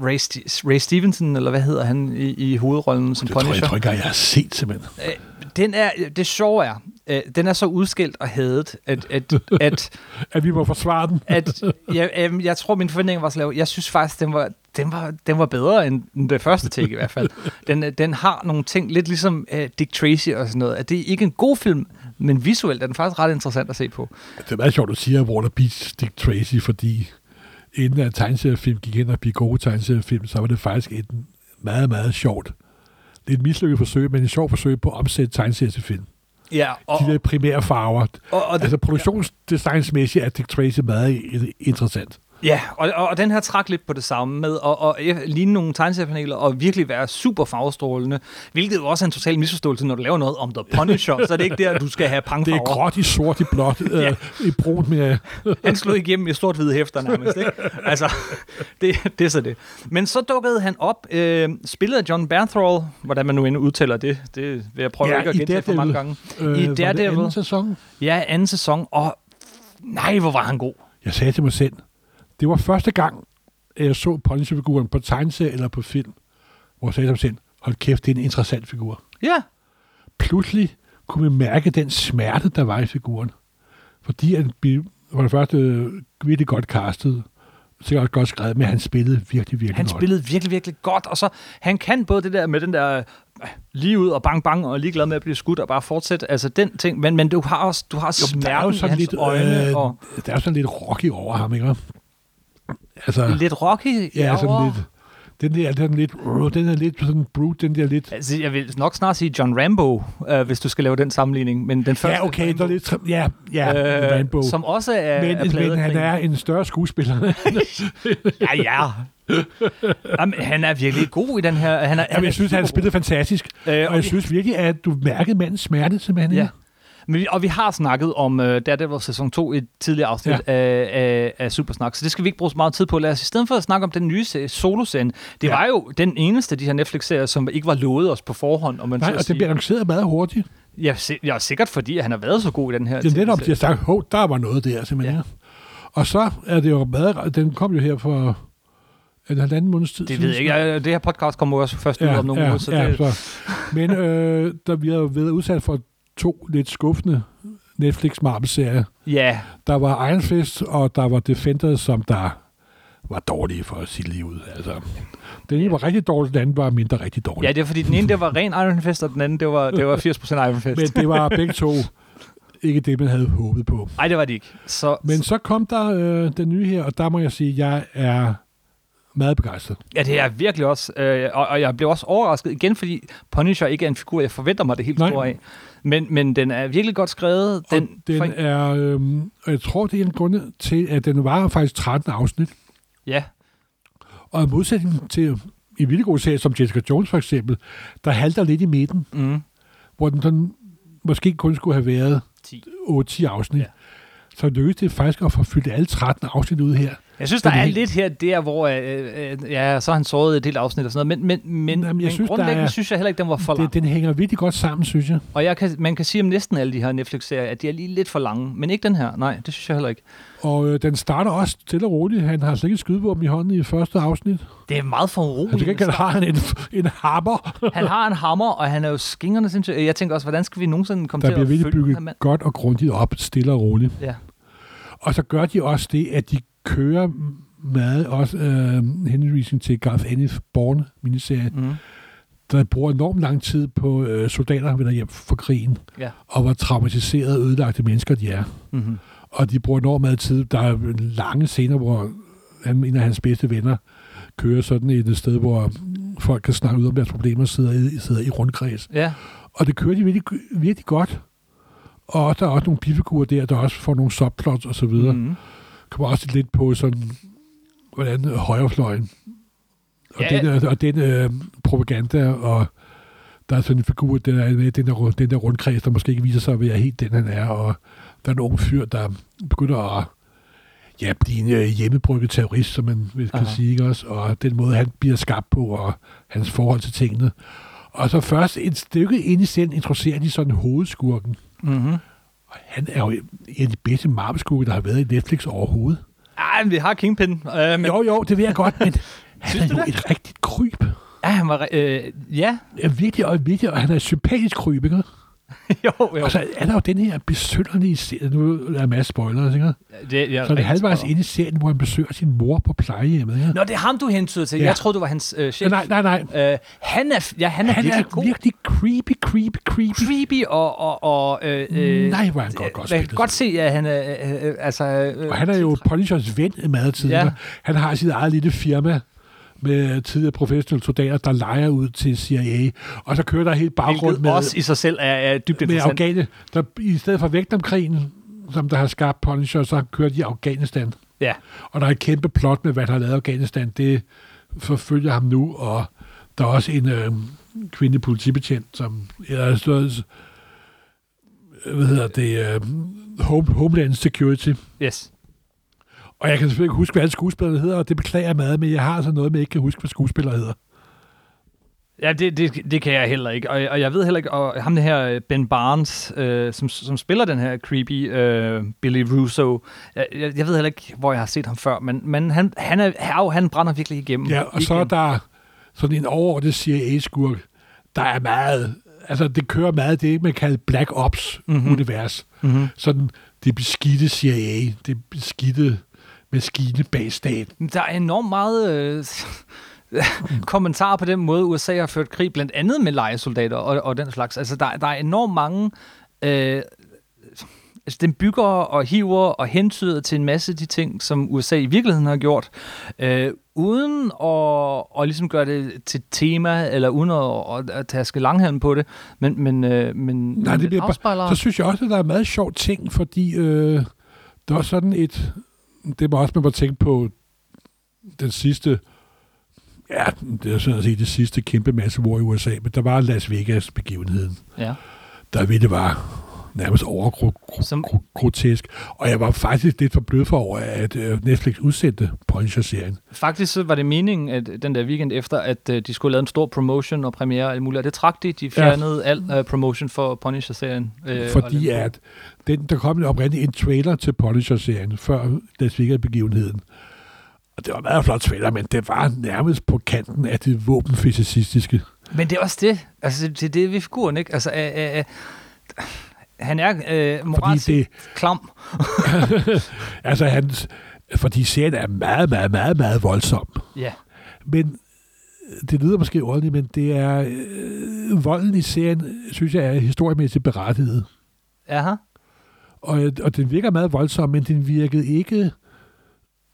S1: Ray, St- Ray Stevenson, eller hvad hedder han, i, i hovedrollen som
S2: det tror jeg,
S1: Punisher.
S2: jeg tror ikke, jeg har set simpelthen.
S1: Øh, den er, det sjove er, øh, den er så udskilt og hadet, at, at, at,
S2: At vi må forsvare den.
S1: at jeg, øh, jeg tror, min forventning var så lav. Jeg synes faktisk, den var, den var, den var bedre end, end det første take i hvert fald. Den, øh, den har nogle ting, lidt ligesom øh, Dick Tracy og sådan noget, at det er ikke en god film, men visuelt er den faktisk ret interessant at se på.
S2: Det er meget sjovt, at du siger Warner Beach Dick Tracy, fordi inden at tegneseriefilm gik ind og blev gode tegneseriefilm, så var det faktisk et meget, meget sjovt. Det er et mislykket forsøg, men et sjovt forsøg på at omsætte tegneserier til film.
S1: Ja, og,
S2: De der primære farver.
S1: og, og,
S2: Altså produktionsdesignsmæssigt er Dick Tracy meget i- interessant.
S1: Ja, og, og, og den her trak lidt på det samme med at, at eff- ligne nogle tegneseriepaneler og virkelig være super farvestrålende, hvilket jo også er en total misforståelse, når du laver noget om The Punisher, så er det ikke der, du skal have
S2: Det er
S1: pangfarver.
S2: gråt i sort, i blåt, øh, i brunt med...
S1: Han slog igennem i stort hvide hæfter nærmest, ikke? Altså, det, det er så det. Men så dukkede han op, øh, spillet af John Bernthal, hvordan man nu end udtaler det, det vil jeg prøve
S2: Ja,
S1: ikke at
S2: i
S1: gentage for mange
S2: Daredevil.
S1: gange.
S2: Øh,
S1: I
S2: var det
S1: Daredevil.
S2: anden sæson?
S1: Ja, anden sæson, og nej, hvor var han god.
S2: Jeg sagde til mig selv, det var første gang, at jeg så Punisher-figuren på tegneserie eller på film, hvor jeg sagde til mig selv, hold kæft, det er en interessant figur.
S1: Ja,
S2: pludselig kunne man mærke den smerte, der var i figuren. Fordi han blev- for det første øh, virkelig godt castet, sikkert godt skrevet, men han spillede virkelig, virkelig
S1: Han
S2: godt.
S1: spillede virkelig, virkelig godt, og så han kan både det der med den der øh, lige ud og bang bang og er ligeglad med at blive skudt og bare fortsætte, altså den ting, men, men du har også du har
S2: Jo, men der er jo
S1: smerten i
S2: sådan
S1: hans
S2: lidt,
S1: lidt, øjne
S2: øh,
S1: og
S2: der er jo sådan lidt rocky over ham, ikke? Altså,
S1: lidt rocky.
S2: ja, sådan
S1: over-
S2: lidt, den der, den er lidt, øh, den er lidt sådan brute, den der lidt,
S1: Altså, jeg vil nok snart sige John Rambo, øh, hvis du skal lave den sammenligning, men den første
S2: ja, okay,
S1: Rambo,
S2: der er lidt, trim- ja, ja, øh, Rambo.
S1: Som også er,
S2: men,
S1: er pladet
S2: men han
S1: med-
S2: er en større skuespiller.
S1: Ja, ja. Jamen, han er virkelig god i den her. Han er,
S2: Jamen, jeg synes, han
S1: supergod.
S2: spillede fantastisk.
S1: Øh,
S2: Øh, og
S1: og
S2: jeg
S1: vi-
S2: synes virkelig, at du mærkede mandens smerte, simpelthen.
S1: Ja.
S2: ikke?
S1: Men vi, og vi har snakket om uh, Daredevil sæson 2 i et tidligere afsnit ja. af, af, af Supersnak, så det skal vi ikke bruge så meget tid på. Lad os i stedet for at snakke om den nye serie, Solo-serien. Det
S2: Ja.
S1: ja. var jo den eneste af de her Netflix-serier, som ikke var lovet os på forhånd, om man
S2: Nej,
S1: så
S2: og det
S1: sige.
S2: bliver annonceret meget hurtigt.
S1: Ja, si- ja, sikkert fordi, at han har været så god i den her
S2: Det er netop, de
S1: tv-serie.
S2: har sagt, hov, der var noget der, simpelthen. Ja.
S1: Ja.
S2: Og så er det jo meget, den kom jo her for en halvanden måneds tid.
S1: det
S2: siden,
S1: ved jeg ikke. Ja, Det her podcast kommer jo også først ud om nogle
S2: ja,
S1: uger, så
S2: ja,
S1: det,
S2: så. Men øh, der vi har jo været udsat for to lidt skuffende Netflix Marvel-serier.
S1: ja,
S2: Der var Iron Fist, og der var Defenders, som der var dårlige for sit liv ud. Altså, den ene var rigtig dårlig, den anden var mindre rigtig dårlig.
S1: ja, det er fordi, den ene det var ren Iron Fist, og den anden det var, det var 80% Iron Fist.
S2: Men det var begge to ikke det, man havde håbet på.
S1: Nej, det var det ikke. Så,
S2: Men så kom der øh, den nye her, og der må jeg sige, at jeg er meget begejstret.
S1: Ja, det er jeg virkelig også. Øh, og, og jeg blev også overrasket igen, fordi Punisher ikke er en figur, jeg forventer mig det helt
S2: Nej.
S1: store af. Men, men den er virkelig godt skrevet. Den,
S2: Den, den er, øh, og jeg tror, det er en grund til, at den var faktisk 13 afsnit.
S1: Ja,
S2: Og i modsætning til i vildt gode serier, som Jessica Jones for eksempel, der halter lidt i midten,
S1: mm,
S2: hvor den sådan, måske kun skulle have været
S1: 10.
S2: 8-10 afsnit. Ja.
S1: Ja.
S2: Så lykkedes det faktisk at få fyldt alle 13 afsnit ud her.
S1: Jeg synes, der
S2: Den er
S1: er
S2: helt-
S1: lidt her der, hvor øh, øh, ja, så har han såret et helt afsnit og sådan noget. Men, men, men,
S2: Jamen, jeg
S1: Jamen, men
S2: synes,
S1: synes,
S2: der
S1: grundlæggende
S2: er-
S1: er... synes jeg heller ikke, den var for lang.
S2: Det,
S1: Det, det...
S2: den hænger virkelig godt sammen, synes jeg.
S1: Og jeg kan, man kan sige om næsten alle de her Netflix-serier, at de er lige lidt for lange. Men ikke den her. Nej, det synes jeg heller ikke.
S2: Og øh, den starter også stille og roligt. Han har slet ikke et skydevåben i hånden i første afsnit.
S1: Det er meget for
S2: Han til
S1: uroligt.
S2: gengæld har han en, en hammer,
S1: Han har en hammer, og han er jo skingerne sindssygt. Jeg tænker også, hvordan skal vi nogensinde komme
S2: der
S1: til
S2: bliver
S1: at følge
S2: virkelig
S1: den her
S2: bygget
S1: mand?
S2: godt og grundigt op, stille og roligt.
S1: Ja.
S2: Og så gør de også det, at de kører meget, også øh, henvisning til Garth Ennis Born miniserie,
S1: Mm.
S2: der bruger enormt lang tid på øh, soldater, der vender hjem fra krigen,
S1: ja.
S2: og hvor traumatiserede og ødelagte mennesker de er.
S1: Mm-hmm.
S2: Og de bruger enormt meget tid. Der er lange scener, hvor han, en af hans bedste venner kører sådan et sted, hvor folk kan snakke ud om deres problemer og sidder i, sidder i rundkreds.
S1: Ja,
S2: Og det kører de virkelig, virkelig godt. Og der er også nogle bifigurer der, der også får nogle subplots og så videre. Mm.
S1: Mhm.
S2: Kommer også lidt på sådan, hvordan øh, højrefløjen. Og,
S1: Ja,
S2: den, og den øh, propaganda, og der er sådan en figur, den er med i den der, ru- den der rundkreds, der måske ikke viser sig at være helt den, han er. Og der er en ung fyr, der begynder at ja, blive en øh, hjemmebrygget terrorist, som man vil kan
S1: Aha.
S2: sige, ikke også? Og den måde, han bliver skabt på, og hans forhold til tingene. Og så først et stykke ind i serien introducerer de sådan hovedskurken.
S1: Mm-hmm.
S2: Og han er jo en af de bedste marmeskurke, der har været i Netflix overhovedet.
S1: Ej, men vi har Kingpin. Øh, men,
S2: Jo, jo, det ved jeg godt, men han
S1: Synes
S2: er
S1: du
S2: jo
S1: det?
S2: et rigtigt kryb.
S1: Ja, han var... Øh, ja,
S2: Ja, virkelig, og virkelig, og han er et sympatisk kryb, ikke?
S1: jo, jo.
S2: Og så er der jo den her besynderlige serie, nu er der masser af spoilers, ikke?
S1: det, ja,
S2: Så er det
S1: rigtig
S2: halvvejs
S1: godt.
S2: inde i serien, hvor han besøger sin mor på plejehjemmet, ikke?
S1: Nå, det er ham, du hentyder til.
S2: Ja.
S1: Ja. Jeg troede, du var hans øh,
S2: Ja,
S1: chef.
S2: nej, nej, nej.
S1: Øh, han er, ja, han er
S2: Han
S1: virkelig
S2: er
S1: god.
S2: virkelig creepy, creepy, creepy.
S1: Creepy og... og, og øh, øh,
S2: Nej, hvor er han godt, godt
S1: man
S2: spillet.
S1: kan godt se, at han er... Øh, øh, altså, øh,
S2: Og han er jo Punishers ven i meget tidligere. Ja.
S1: Ja.
S2: Han har sit eget lille firma med tidligere professionelle soldater, der leger ud til CIA. Og så kører der helt baggrund
S1: hvilket med,
S2: med,
S1: øh, også i sig selv er, er dybt
S2: med
S1: interessant.
S2: Afghanistan. Der, I stedet for Vægtamkrigen, som der har skabt Punisher, så kører de Afghanistan.
S1: Ja.
S2: Og der er et kæmpe plot med, hvad der har lavet i Afghanistan. Det forfølger ham nu, og der er også en øh, kvindelig politibetjent, som eller så, hvad hedder det, øh, Home, Homeland Security,
S1: Yes.
S2: og jeg kan selvfølgelig ikke huske, hvad alle skuespillere hedder, og det beklager jeg meget, men jeg har altså noget med, at jeg ikke kan huske, hvad skuespillere hedder.
S1: Ja, det, det, det kan jeg heller ikke. Og, og jeg ved heller ikke, og ham det her øh, Ben Barnes, øh, som, som spiller den her creepy øh, Billy Russo, jeg, jeg, jeg ved heller ikke, hvor jeg har set ham før, men, men han, han, er, herre, han brænder virkelig igennem.
S2: Ja, og så er
S1: Øhm, Igen.
S2: der sådan en overordnet CIA-skurk, der er meget, altså det kører meget det, man kalder Black Ops-univers. Mm-hmm.
S1: Mhm.
S2: Sådan det beskidte CIA, det beskidte maskine bag staten.
S1: Der er enormt meget øh, kommentar på den måde, USA har ført krig, blandt andet med lejesoldater og, og den slags. Altså, der, der er enormt mange... Øh, altså, den bygger og hiver og hentyder til en masse af de ting, som USA i virkeligheden har gjort, øh, uden at, at ligesom gøre det til et tema, eller uden at, at taske langhalm på det, men, men, øh, men,
S2: Nej,
S1: men
S2: det bliver
S1: afspejler...
S2: bare, så synes jeg også, at der er en meget sjov ting, fordi øh, der er sådan et... Det må også man må tænke på den sidste... Ja, det er sådan at sige, det sidste kæmpe masse i USA, men der var Las Vegas-begivenheden,
S1: Ja.
S2: der ved det var nærmest
S1: Som-
S2: overgrotesk. Og jeg var faktisk lidt forbløffet over, at øh, Netflix udsendte Punisher-serien.
S1: Faktisk så var det meningen, at den der weekend efter, at øh, de skulle lave en stor promotion og premiere og alt muligt, og det trak de. De fjernede ja. al øh, promotion for Punisher-serien. øh, og
S2: fordi
S1: den-
S2: at den, der kom en oprindelig en trailer til Punisher-serien før Las Vegas-begivenheden. Og det var en meget flot trailer, men det var nærmest på kanten af det våbenfysistiske.
S1: Men det er også det. Altså, det, det er det ved figuren, ikke? Altså, øh, øh, øh, han er øh, moralsk
S2: det-
S1: det... klam.
S2: Altså hans, fordi serien er meget, meget, meget, meget voldsom.
S1: Ja.
S2: Men øh, det lyder måske ordentligt, men det er øh, volden i serien, synes jeg, er historiemæssigt berettiget.
S1: Aha.
S2: Og, og den virker meget voldsom, men den virkede ikke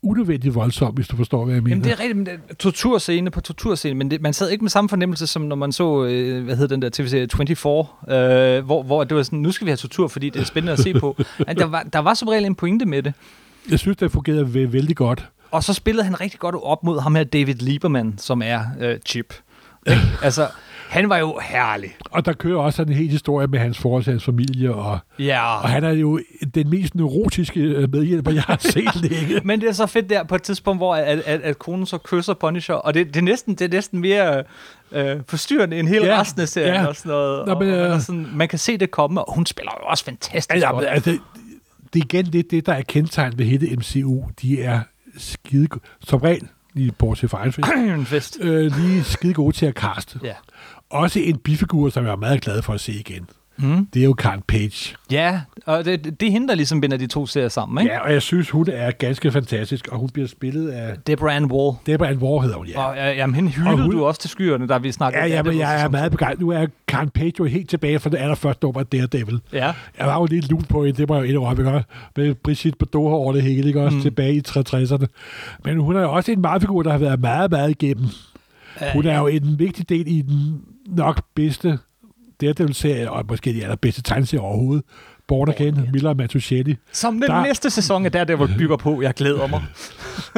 S2: unødvendigt voldsom, hvis du forstår, hvad jeg mener.
S1: Jamen, det er rigtigt. Men det er torturscene på torturscene, men det, man sad ikke med samme fornemmelse, som når man så, øh, hvad hed den der tv-serie, 24, øh, hvor, hvor det var sådan, nu skal vi have tortur, fordi det er spændende at se på. Men der var, der var som regel en pointe med det.
S2: Jeg synes, det fungerede væ- vældig godt.
S1: Og så spillede han rigtig godt op mod ham her David Lieberman, som er øh, Chip. Ikke? altså, han var jo herlig.
S2: Og der kører også sådan en hel historie med hans forhold til hans familie, og,
S1: Ja.
S2: og han er jo den mest neurotiske øh, medhjælper, jeg har set længe.
S1: Men det er så fedt der på et tidspunkt, hvor at, at, at konen så kysser Punisher, og det, det, er, næsten, det er næsten mere øh, forstyrrende end hele
S2: Ja,
S1: ja, resten af serien
S2: ja.
S1: og sådan noget.
S2: Nå,
S1: og,
S2: men,
S1: og man, er
S2: øh,
S1: sådan, man kan se det komme, og hun spiller jo også fantastisk
S2: Altså,
S1: godt.
S2: men altså, det er igen lidt det, der er kendetegnet ved hele MCU. De er skide go- som regel, lige bortset fra Iron Man,
S1: en fest.
S2: øh, lige skide gode til at kaste.
S1: Ja.
S2: Også en bifigur, som jeg er meget glad for at se igen.
S1: Mm.
S2: Det er jo Karen Page.
S1: ja, og det, det- det er hende, der ligesom binder de to serier sammen, ikke?
S2: Ja, og jeg synes, hun er ganske fantastisk, og hun bliver spillet af
S1: Deborah Ann Wall.
S2: Deborah Ann War, hedder hun, ja.
S1: Og øh, jamen, hende hyldede
S2: hun-
S1: du også til skyerne, der vi snakkede.
S2: Ja, ja, men
S1: det var
S2: jeg er
S1: så-
S2: meget begejstret. Nu er Karen Page jo helt tilbage fra det allerførste nummer af Daredevil.
S1: Ja.
S2: Jeg var jo lidt lun på hende, det var jo endnu op, ikke også? Med Brigitte Bardot over det hele, ikke også? Mm. Tilbage i 60'erne. Men hun er jo også en meget figur, der har været meget, meget igennem. Hun er jo en vigtig del i den nok bedste Daredevil-serie, og måske de allerbedste tegneserie overhovedet. Born Again, Miller og Matuschetti.
S1: Som den
S2: Der-
S1: der... næste sæson af Daredevil bygger på. Jeg glæder mig.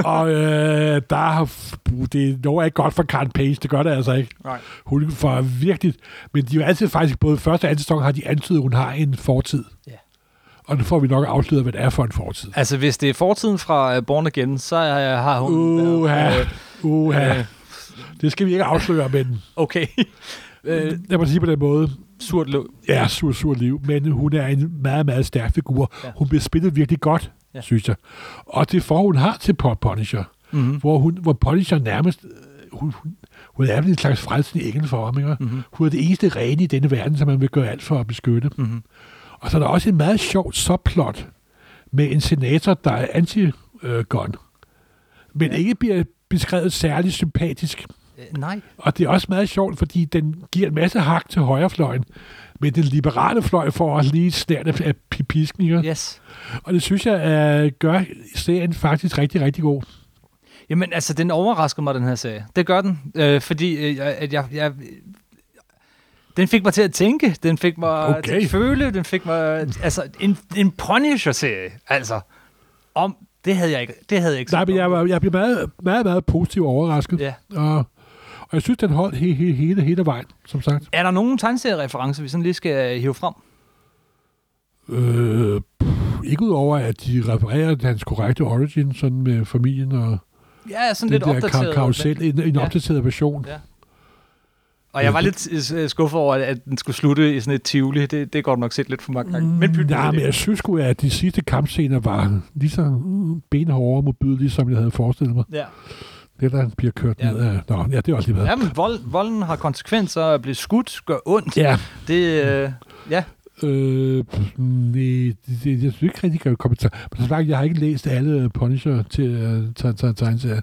S2: og øh, der har... Det når ikke godt for Karen Page, det gør det altså ikke.
S1: Nej.
S2: Hun var virkelig... Men de er jo altid faktisk, både første og anden sæson, har de antydet, at hun har en fortid.
S1: Ja.
S2: Og nu får vi nok afsløret, hvad det er for en fortid.
S1: Altså, hvis det er fortiden fra uh, Born Again, så uh, har hun...
S2: Uha,
S1: været, øh,
S2: uha.
S1: øh.
S2: Det skal vi ikke afsløre, men
S1: okay. øh,
S2: lad mig sige på den måde,
S1: surt løb.
S2: ja, sur, sur liv, men hun er en meget, meget stærk figur.
S1: Ja.
S2: Hun bliver spillet virkelig godt,
S1: Ja.
S2: synes jeg. Og det får hun har til Pop Punisher,
S1: Mm-hmm.
S2: hvor, hun, hvor Punisher nærmest, øh, hun, hun, hun er vel en slags frelsende engel for ham, ikke?
S1: Mhm.
S2: Hun er det eneste rene i denne verden, som man vil gøre alt for at beskytte.
S1: Mm-hmm.
S2: Og så er der også en meget sjov subplot med en senator, der er anti-gun, men ikke bliver beskrevet særlig sympatisk.
S1: Øh, nej.
S2: Og det er også meget sjovt, fordi den giver en masse hak til højrefløjen, men den liberale fløj får også lige snært af p- piskninger. Ja.
S1: Yes.
S2: Og det synes jeg uh, gør serien faktisk rigtig, rigtig god.
S1: Jamen, altså, den overraskede mig, den her serie. Det gør den, øh, fordi øh, jeg- at jeg, jeg... Den fik mig til at tænke, den fik mig til
S2: Okay.
S1: at føle, den fik mig... Altså, en, en Punisher-serie, altså. Om... Det havde jeg ikke, det havde jeg ikke
S2: Nej,
S1: set
S2: men jeg,
S1: om.
S2: var- jeg blev meget, meget, meget positivt overrasket.
S1: Ja.
S2: Og, og jeg synes, den holdt he- he- hele, hele vejen, som sagt.
S1: Er der nogen tegneseriereferencer, vi sådan lige skal hive frem?
S2: Øh, pff, ikke udover, at de refererer til hans korrekte origin, sådan med familien og
S1: Ja, sådan
S2: den
S1: lidt
S2: der
S1: opdateret.
S2: kar- karusel, en, en
S1: Ja.
S2: opdateret version.
S1: Ja. Og jeg var lidt øh, skuffet over, at den skulle slutte i sådan et tivoli. Det, det går nok set lidt for mange gange. Men pyt med
S2: Nej,
S1: det.
S2: Mm, men jeg synes sgu, at de sidste kampscener var lige så mm, benhårde og modbydelige, som jeg havde forestillet mig.
S1: Ja.
S2: Det, der bliver kørt
S1: Ja.
S2: ned af... Nå, ja, det er også lige været.
S1: Jamen, vold, volden har konsekvenser. At blive skudt gør ondt.
S2: Ja.
S1: Det, øh, ja.
S2: Øh, pff, nej, det, det, jeg synes ikke rigtig, jeg kan komme til. Men som sagt, jeg har ikke læst alle Punisher til øh, til- til- tegneserier,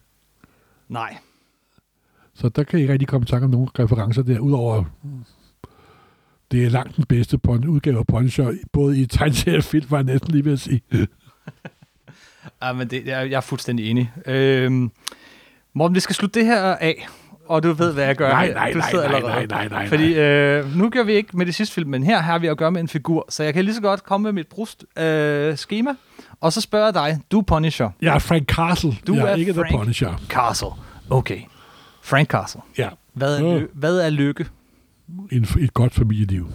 S1: Nej.
S2: så der kan jeg ikke rigtig komme i tanke om nogle referencer der, udover det er langt den bedste pun- udgave af Punisher, både i tegneserie og film, var jeg næsten lige ved at sige.
S1: Ja, men det, jeg, jeg er fuldstændig enig. Øhm, Morten, vi skal slutte det her af, og du ved, hvad jeg gør.
S2: Nej, nej,
S1: du
S2: nej,
S1: sidder
S2: nej,
S1: allerede.
S2: nej, nej, nej,
S1: Fordi øh, nu gør vi ikke med det sidste film, men her har vi at gøre med en figur, så jeg kan lige så godt komme med mit brust øh, schema, og så spørger jeg dig, du er Punisher.
S2: Jeg er Frank Castle,
S1: Du
S2: jeg er,
S1: er
S2: ikke
S1: Frank.
S2: The Punisher.
S1: Castle. Okay. Frank Castle.
S2: Ja,
S1: Hvad er,
S2: Ja.
S1: ly- hvad er lykke?
S2: en, et godt familieliv.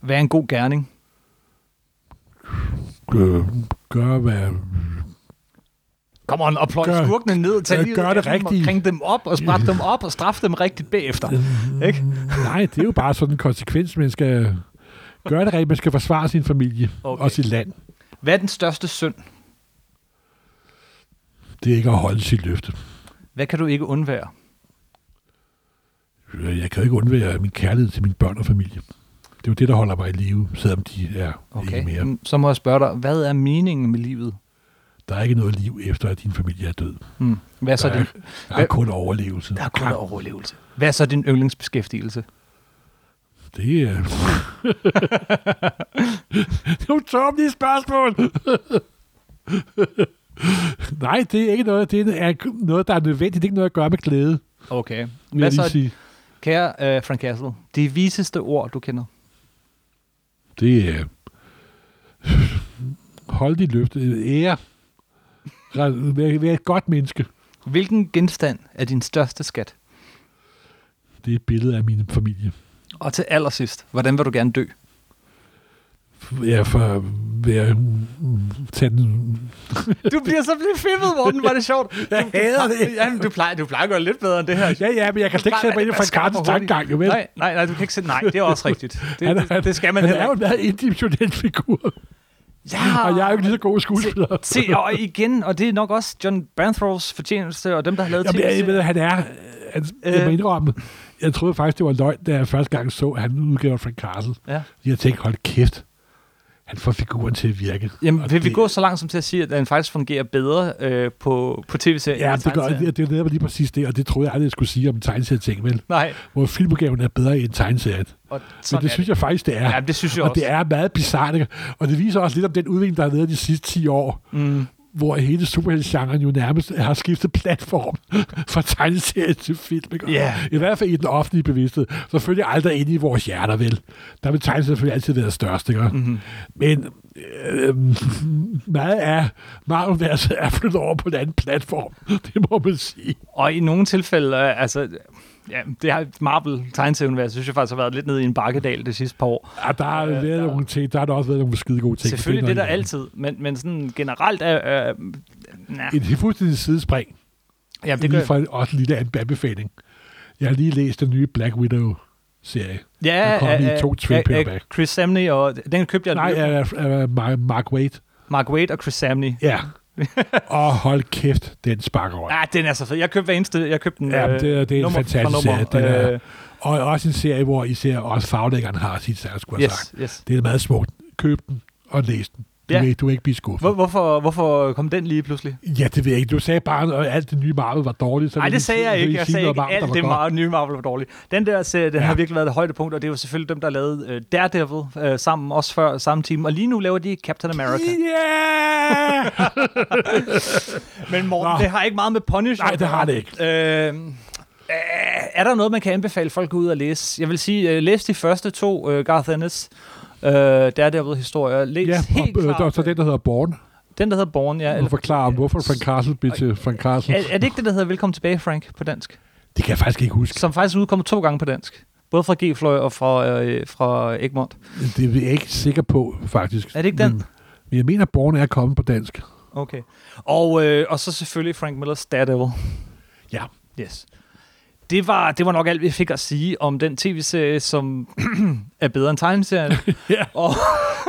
S1: Hvad er en god gerning?
S2: Øh, gør, hvad
S1: Kom on, og pløj
S2: Gør-
S1: skurkene ned, tag
S2: gør-
S1: livet
S2: gør
S1: af
S2: det
S1: dem,
S2: rigtige.
S1: Og kring dem op, og spræt dem op, og straf dem rigtigt bagefter.
S2: Mm.
S1: Ikke?
S2: Nej, det er jo bare sådan en konsekvens, man skal gøre det rigtigt. Man skal forsvare sin familie
S1: Okay.
S2: okay. og sit land.
S1: Hvad er den største synd?
S2: Det er ikke at holde sit løfte.
S1: Hvad kan du ikke undvære?
S2: Øh, Jeg kan jo ikke undvære min kærlighed til mine børn og familie. Det er jo det, der holder mig i live, selvom de er okay. ikke mere.
S1: mm, så må jeg spørge dig, hvad er meningen med livet?
S2: Der er ikke noget liv efter, at din familie er død.
S1: Mm. Hvad er så
S2: Der er,
S1: din,
S2: der er kun overlevelse.
S1: der er kun overlevelse. Hvad er så din yndlingsbeskæftigelse?
S2: Det er... det er jo tåbelige spørgsmål. Nej, det er ikke noget, det er noget, der er nødvendigt. Det er ikke noget at gøre med glæde,
S1: Okay.
S2: vil jeg
S1: Hvad
S2: lige
S1: så,
S2: sige.
S1: kære øh, Frank Castle, det viseste ord, du kender?
S2: Det er... Hold dit løfte. Ære. Ret- Vær, vær et godt menneske.
S1: Hvilken genstand er din største skat?
S2: Det er et billede af min familie.
S1: Og til allersidst, hvordan vil du gerne dø?
S2: Jeg for vær, tage den...
S1: Du bliver så blevet fippet, Morten. Var det sjovt?
S2: Jeg hader det.
S1: Jamen, du plejer, du plejer at gøre lidt bedre end det her.
S2: Ja, ja, men jeg kan slet ikke sætte mig ind i Frank Cartens tankegang, jo vel?
S1: Nej, nej, nej, du kan ikke sætte... Nej, det er også rigtigt. Det,
S2: Han er-
S1: det, det skal man
S2: Han er jo
S1: heller
S2: en meget indimensionel figur,
S1: ikke.
S2: og jeg er jo ikke lige så god skuespiller.
S1: Se, se, og igen, og det er nok også John Banthrows fortjeneste, og dem, der har lavet
S2: Jamen, jeg, jeg
S1: tv-serien.
S2: ved, han er... Han, jeg må
S1: Øh.
S2: indrømme, jeg troede faktisk, det var løgn, da jeg første gang så, at han udgav Frank Castle.
S1: Ja.
S2: Jeg tænkte, hold kæft, han får figuren til at virke.
S1: Jamen,
S2: Og
S1: vil vi
S2: det-
S1: gå så langt som til at sige, at den faktisk fungerer bedre øh, på, på tv-serien?
S2: Ja,
S1: end
S2: det gør,
S1: tegneserien?
S2: det, det er netop lige præcis det, og det troede jeg aldrig, jeg skulle sige om tegneserieting, vel?
S1: Nej,
S2: Hvor filmudgaven er bedre end tegneserien.
S1: og sådan
S2: Men det synes jeg faktisk, det er.
S1: Ja, det synes jeg
S2: og
S1: også.
S2: det er meget bizarrt, ikke? og det viser også lidt om den udvikling, der har været de sidste 10 år, mm. hvor hele superheltgenren jo nærmest har skiftet platform fra tegneserie til film. Ikke?
S1: Ja.
S2: I hvert fald i den offentlige bevidsthed. Selvfølgelig aldrig inde i vores hjerter, vel? Der vil tegneserien selvfølgelig altid være størst, ikke?
S1: Mhm.
S2: Mm-hmm. Men øh, meget af Marvel-verset er flyttet over på en anden platform. Det må man sige.
S1: Og i nogle tilfælde, øh, altså... Ja, det har Marvel tegneserieuniverset, synes jeg faktisk har været lidt nede i en bakkedal de sidste par år.
S2: Ja, Ah, der har været
S1: der-
S2: nogle ting, der har der også været nogle skide gode ting.
S1: Selvfølgelig det
S2: er
S1: der
S2: noget-
S1: altid, men, men sådan generelt er... Øh, nah,
S2: Et helt fuldstændig sidespring.
S1: jamen,
S2: Det
S1: det
S2: lige
S1: gør,
S2: for en, også en lille an- anbefaling. Jeg har lige læst den nye Black Widow-serie.
S1: ja,
S2: der kom
S1: af-
S2: i
S1: af-
S2: to
S1: af-
S2: trade
S1: af
S2: paperback.
S1: Chris Samney, og den købte jeg
S2: Nej,
S1: løbende.
S2: af, af, af Mark, Mark Waid.
S1: Mark Waid og Chris Samney.
S2: Ja. og hold kæft, den sparker over.
S1: Ja, ah, den er så fed. Jeg købte hver eneste... Jeg købte den, øh,
S2: Ja, men det er- det er en
S1: nummer for
S2: fantastisk
S1: nummer.
S2: serie. Den er-
S1: Øh,
S2: Og også en serie, hvor især også faglæggeren har sit særligt, skulle have
S1: yes,
S2: sagt.
S1: yes.
S2: Det er meget smukt. Køb den og læs den. Du,
S1: Ja.
S2: ja. vil, du vil ikke blive skuffet.
S1: Hvor, hvorfor, hvorfor kom den lige pludselig?
S2: Ja, det ved jeg ikke. Du sagde bare, at alt det nye Marvel var dårligt. så
S1: Nej,
S2: vil I
S1: det sagde
S2: sige-
S1: jeg
S2: vil I
S1: ikke. Jeg
S2: sige
S1: sagde
S2: noget
S1: ikke,
S2: varmt, der
S1: alt
S2: var
S1: det
S2: godt.
S1: meget nye Marvel var dårligt. Den der serie, den
S2: Ja.
S1: har virkelig været det højdepunkt, og det var selvfølgelig dem, der lavede øh, Daredevil øh, sammen, også før samme team. Og lige nu laver de Captain America.
S2: Ja!
S1: Men Morten,
S2: Nå.
S1: det har ikke meget med Punisher.
S2: Nej, det har det ikke.
S1: Øh, er der noget, man kan anbefale folk ud at læse? Jeg vil sige, øh, læs de første to øh, Garth Ennis. Øh, Daredevil-historier. Læs
S2: ja,
S1: helt
S2: og,
S1: klart.
S2: øh,
S1: øh,
S2: der er så den, der hedder Born.
S1: Den, der hedder Born, ja.
S2: Og
S1: Eller,
S2: forklare, hvorfor Frank Castle blev til Frank Castle.
S1: er, er det ikke det, der hedder Velkommen tilbage, Frank, på dansk?
S2: Det kan jeg faktisk ikke huske.
S1: Som faktisk udkommer to gange på dansk. Både fra G-Fløj og fra, øh, fra Egmont.
S2: Det er jeg ikke sikker på, faktisk.
S1: Er det ikke den?
S2: Men, men jeg mener, at Born er kommet på dansk.
S1: Okay. Og, øh, og så selvfølgelig Frank Millers Daredevil.
S2: Ja.
S1: Yes. Det var, det var nok alt, vi fik at sige om den tv-serie, som er bedre end tegneserien.
S2: Ja.
S1: Og,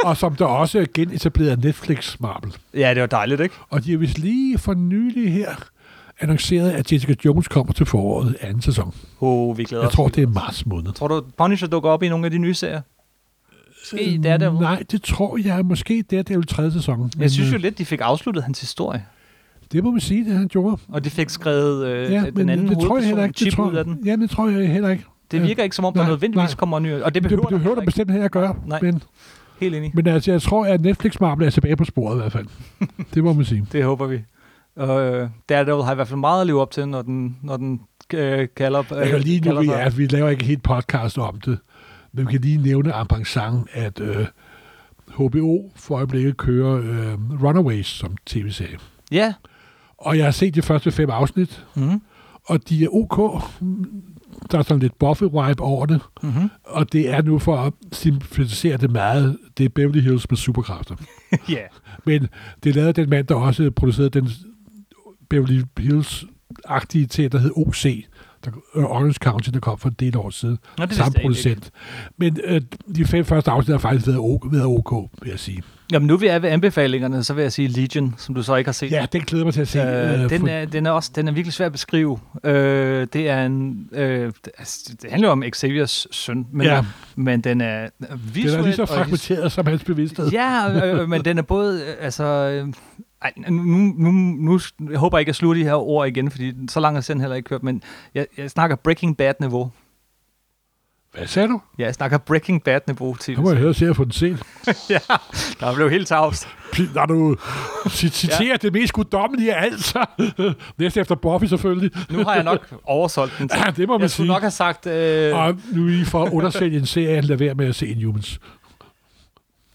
S2: Og som der også er genetableret af Netflix Marvel.
S1: ja, det var dejligt, ikke?
S2: Og de har vist lige for nylig her annonceret, at Jessica Jones kommer til foråret anden sæson.
S1: Oh, vi glæder
S2: Jeg
S1: os.
S2: tror, det er marts måned.
S1: Tror du, Punisher dukker op i nogle af de nye serier?
S2: Øh,
S1: Måske der der.
S2: Nej, det tror jeg. Måske det er tredje sæson. Men,
S1: Jeg synes jo
S2: øh,
S1: lidt, de fik afsluttet hans historie.
S2: det må man sige, det han gjorde.
S1: Og de fik skrevet øh,
S2: Ja,
S1: ja, den anden
S2: det tror jeg heller
S1: hovedperson
S2: ikke. Det
S1: chip
S2: tror,
S1: ud af den.
S2: Ja, det tror jeg heller ikke.
S1: Det virker ikke, som om der
S2: Nej,
S1: nødvendigvis
S2: nej.
S1: kommer nye. Og det
S2: Det
S1: behøver,
S2: behøver, det behøver
S1: der
S2: der bestemt heller ikke gøre.
S1: Nej.
S2: Men,
S1: ikke. Helt enig.
S2: men altså, jeg tror, at Netflix Marvel er tilbage på sporet i hvert fald. det må man sige.
S1: Det håber vi. Og øh, Daredevil har i hvert fald meget at leve op til, når den, når den øh, kalder... Øh,
S2: Jeg kan lige nu,
S1: kalder
S2: vi,
S1: sig-
S2: er, vi laver ikke helt podcast om det, men vi kan lige nævne en passant, at øh, HBO for øjeblikket kører øh, Runaways som tv-serie.
S1: Ja.
S2: Og jeg har set de første fem afsnit,
S1: Mm-hmm.
S2: og de er ok. Der er sådan lidt Buffy-vibe over det,
S1: Mm-hmm.
S2: og det er nu for at simplificere det meget, det er Beverly Hills med superkræfter.
S1: yeah.
S2: Men det lavede den mand, der også producerede den Beverly Hills-agtige til, der hed OC, der, øh, Orange County, der kom for en del år siden.
S1: Nå, det vidste jeg
S2: Samme
S1: egentlig
S2: producent. Men øh, de fem første afsnit har faktisk været OK, været OK vil jeg sige.
S1: ikke. Jamen nu vi er ved anbefalingerne, så vil jeg sige Legion, som du så ikke har set.
S2: Ja, den glæder jeg mig til at se.
S1: Øh,
S2: for-
S1: den, er, den, er også, den er virkelig svær at beskrive. Øh, det er en... Øh, det- altså, det handler jo om Xaviers søn, men,
S2: Ja.
S1: ja. men den er visuelt...
S2: den er lige så
S1: og his-
S2: fragmenteret som hans bevidsthed.
S1: Ja, øh, øh, men den er både, øh, altså... Øh, ej, nu, nu, nu, jeg håber jeg ikke, at slutter de her ord igen, fordi så langt har sendt heller ikke kørt, men jeg, jeg snakker Breaking Bad-niveau.
S2: Hvad sagde du?
S1: Ja, jeg snakker Breaking Bad-niveau til.
S2: Nu må jeg høre se at få den set.
S1: ja, der blev helt tavs.
S2: Pil- Når du c- citerer ja. det mest guddommelige af alt, så næste efter Buffy selvfølgelig.
S1: Nu har jeg nok oversolgt den.
S2: Ja, det må man
S1: jeg
S2: sige.
S1: skulle nok have sagt, øh,
S2: Og nu lige for at undersælge en serie, lad være med at se Inhumans.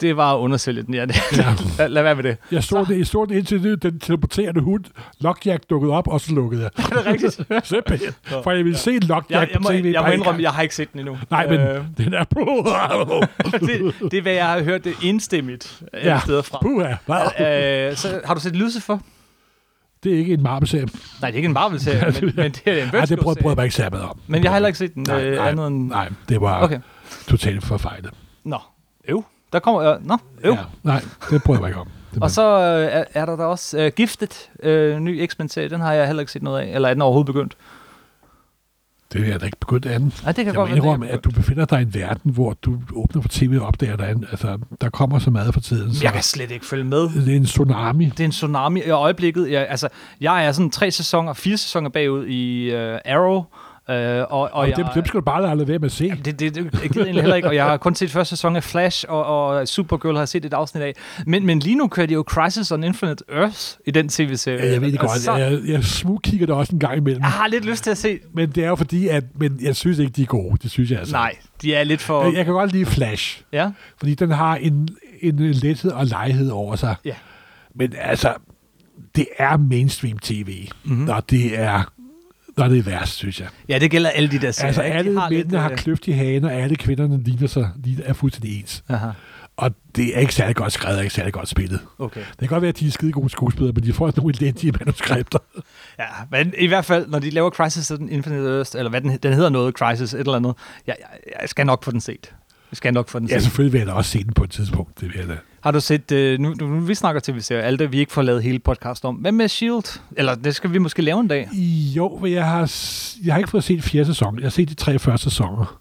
S1: det var at undersælge den. Ja, det,
S2: Ja.
S1: lad, lad være med det.
S2: Jeg stod, jeg stod indtil nu, den teleporterende hund, Lockjack dukkede op, og så lukkede jeg.
S1: Er det rigtigt?
S2: Simpelthen. For jeg ville se Lockjack
S1: Jeg, jeg, må,
S2: på tv.
S1: jeg må
S2: Nej,
S1: indrømme, jeg har ikke set den endnu.
S2: Nej, men
S1: Øh,
S2: den er...
S1: det, det er, hvad jeg har hørt det er enstemmigt ja.
S2: ja,
S1: et sted fra.
S2: puha. Hvad?
S1: Øh, så har du set Lucifer?
S2: Det er ikke en Marvel-serie.
S1: Nej, det er ikke en Marvel-serie, men, men det er en
S2: Nej, det prøver, prøver jeg
S1: Vertigo-serie.
S2: mig ikke særlig om.
S1: Men jeg har heller ikke set den
S2: Nej,
S1: øh,
S2: nej,
S1: andet end...
S2: Nej, det var okay.
S1: Okay.
S2: totalt forfejlet.
S1: Nå. Øv. Der kommer... Øh, nå. Øv.
S2: Ja, nej, det prøver jeg mig ikke om. Det
S1: Og så øh, er- er der da også øh, Giftet, øh, ny X-Men-serie. Den har jeg heller ikke set noget af. Eller er den overhovedet begyndt?
S2: Det er jeg da ikke begyndt andet.
S1: Nej, det kan
S2: Jeg må
S1: godt være, den er
S2: indrømme, at du befinder dig i en verden, hvor du åbner for tv og opdager, at der, er en- altså, der kommer så meget for tiden. Så
S1: Jeg kan slet ikke følge med.
S2: det er en tsunami.
S1: Det er en tsunami i øjeblikket. Jeg, altså, jeg er sådan tre sæsoner, fire sæsoner bagud i øh, Arrow. Øh, og, og,
S2: Og
S1: jeg,
S2: dem, dem skal du bare lade- lade være med at se.
S1: Det, det, det jeg gider jeg egentlig heller ikke, og jeg har kun set første sæson af Flash, og, og Supergirl har jeg set et afsnit af. Men, men lige nu kører de jo Crisis on Infinite Earths i den tv-serie.
S2: Ja, Øh, jeg ved det
S1: Og
S2: godt.
S1: Så,
S2: Jeg, jeg smugkigger det også en gang imellem.
S1: jeg har lidt lyst til at se...
S2: Men det er jo fordi, at men jeg synes ikke, de er gode. Det synes jeg altså. Øh,
S1: Nej, de er lidt for...
S2: Jeg- Jeg kan godt lide Flash,
S1: Ja,
S2: fordi den har en, en lethed og legehed over sig.
S1: ja.
S2: Men altså, det er mainstream tv, mm-hmm. når det er når det er værst, synes jeg.
S1: ja det gælder alle de der serier.
S2: Altså,
S1: ikke? De
S2: alle mændene
S1: øh,
S2: har kløft i hagen, og alle kvinderne ligner sig, ligner- er fuldstændig ens.
S1: Aha,
S2: Og det er ikke særlig godt skrevet, og ikke særlig godt spillet.
S1: okay.
S2: Det kan godt være, at de er skide gode skuespillere, men de får også nogle elendige manuskripter.
S1: Ja, men i hvert fald, når de laver Crisis on Infinite Earths, eller hvad den, den hedder noget, Crisis, et eller andet, jeg, jeg, jeg skal nok få den set. Jeg skal nok få den
S2: Ja,
S1: set.
S2: selvfølgelig vil jeg da også se den på et tidspunkt. Det vil jeg da.
S1: Har du set, øh, nu, nu, nu vi snakker til, vi ser alt det, vi ikke får lavet hele podcast om. Hvad med S.H.I.E.L.D.? E Eller det skal vi måske lave en dag.
S2: Jo, men jeg har, s- jeg har ikke fået set fjerde sæson. Jeg har set de tre første sæsoner.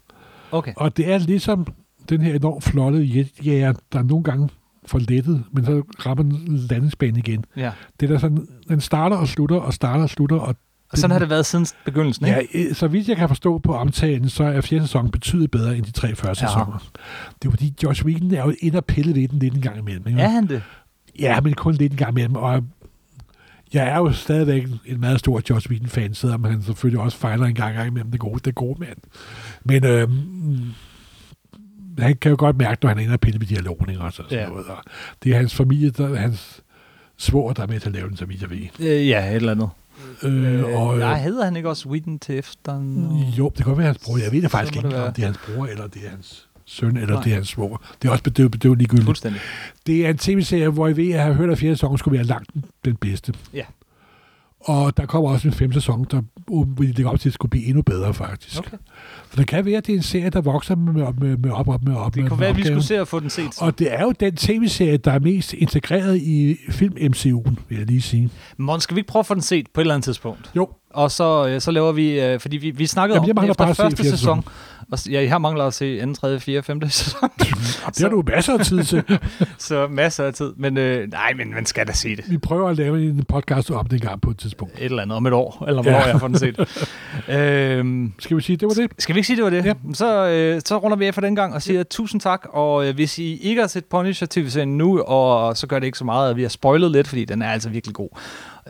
S1: Okay.
S2: Og det er ligesom den her enormt flotte jetjæger, der nogle gange får lettet, men så rammer den landingsbanen igen.
S1: Ja.
S2: Det er der sådan, den starter og slutter, og starter og slutter, og
S1: Og sådan har det været siden begyndelsen, ikke?
S2: Ja, øh, så vidt jeg kan forstå på omtalen, så er fjerde sæson betydeligt bedre end de tre første
S1: Ja.
S2: sæsoner. Det er fordi, Josh Whedon er jo inde og pille ved den lidt en gang imellem. Ikke?
S1: Er han det?
S2: ja, men kun lidt en gang imellem. Og jeg er jo stadigvæk en meget stor Josh Whedon-fan, selvom han selvfølgelig også fejler en gang imellem det gode, det gode mand. Men øh, han kan jo godt mærke, når han er inde og pille ved dialogen, ikke? Også, og sådan
S1: Ja.
S2: noget. Og det er hans familie, der, hans svor, der er med til at lave den, så vidt jeg ved.
S1: Øh, ja, et eller andet.
S2: Øh, og, øh,
S1: Nej, hedder han ikke også Whedon til efternavn?
S2: Jo, det kan godt være hans bror. Jeg ved det faktisk
S1: må
S2: ikke,
S1: det
S2: det om
S1: være.
S2: det er hans bror, eller det er hans søn, eller
S1: Nej.
S2: det er hans svor. Det er også bedøvet bedøv ligegyldigt.
S1: Fuldstændig.
S2: Det er en tv-serie, hvor jeg ved, at jeg har hørt, at fjerde sæson skulle være langt den- den bedste.
S1: Ja.
S2: Og der kommer også en femte sæson, der hvor de lægger op til, at det skulle blive endnu bedre, faktisk.
S1: Okay.
S2: For det kan være, at det er en serie, der vokser med, med, med op, op, med op.
S1: Det
S2: med,
S1: kunne
S2: med
S1: være, at vi
S2: opgaven.
S1: skulle se at få den set.
S2: Og det er jo den tv-serie, der er mest integreret i film-MCU'en, vil jeg lige sige.
S1: Måns, skal vi ikke prøve at få den set på et eller andet tidspunkt?
S2: Jo,
S1: Og så, øh, så laver vi, øh, fordi vi, vi snakkede
S2: Jamen, jeg
S1: om den
S2: mangler
S1: efter
S2: bare at se
S1: første
S2: fjerde
S1: sæson, Og s- ja, jeg mangler at se anden, tredje, fjerde, femte sæson,
S2: Det har du masser af tid til.
S1: så masser af tid. Men øh, nej, men man skal da se det.
S2: Vi prøver at lave en podcast om det en gang på et tidspunkt.
S1: Et eller andet om et år, eller hvornår ja.
S2: Ja.
S1: jeg får den set. øhm,
S2: Skal vi sige, det var det?
S1: Skal vi ikke sige, det var det?
S2: Ja.
S1: Så, øh, så runder vi af for den gang og siger tusind tak. Og øh, hvis I ikke har set Punisher tv-serien nu, og så gør det ikke så meget, at vi har spoilet lidt, fordi den er altså virkelig god.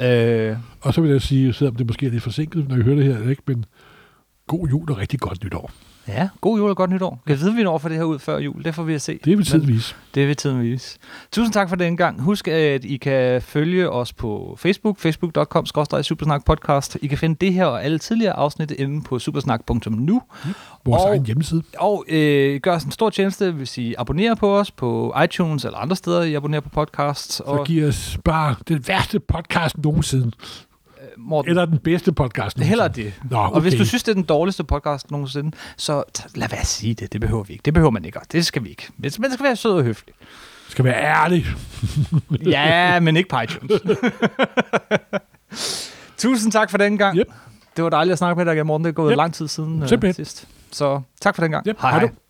S1: Øh,
S2: Og så vil jeg sige, selvom det måske er lidt forsinket, når I hører det her, ikke? men god jul og rigtig godt nytår.
S1: ja, god jul og godt nytår. Kan vi vide, om vi når for det her ud før jul? Det får vi at se.
S2: Det vil
S1: Men-
S2: tiden vise.
S1: Det vil tiden vise. Tusind tak for den gang. Husk, at I kan følge os på Facebook, facebook.com supersnakpodcast. I kan finde det her og alle tidligere afsnit inde på supersnak.nu.
S2: Vores
S1: Og-
S2: og... egen hjemmeside.
S1: Og øh, gør os en stor tjeneste, hvis I abonnerer på os på iTunes eller andre steder, I abonnerer på podcasts.
S2: Og
S1: Og
S2: giver os bare den værste podcast nogensinde.
S1: øh, Morten,
S2: Eller den bedste podcast nogensinde.
S1: heller det.
S2: Nå, okay.
S1: Og hvis du synes, det er den dårligste podcast nogensinde, så t- lad være at sige det. Det behøver vi ikke. Det behøver man ikke, og det skal vi ikke. Men men det skal være sød og høflig.
S2: skal være ærlig.
S1: Ja, men ikke på iTunes. Tusind tak for den gang.
S2: Yep.
S1: Det var dejligt at snakke med dig igen, Morten. Det er gået
S2: Yep.
S1: lang tid siden øh,
S2: Simpelthen.
S1: sidst. Så tak for den gang.
S2: Yep. Hej du.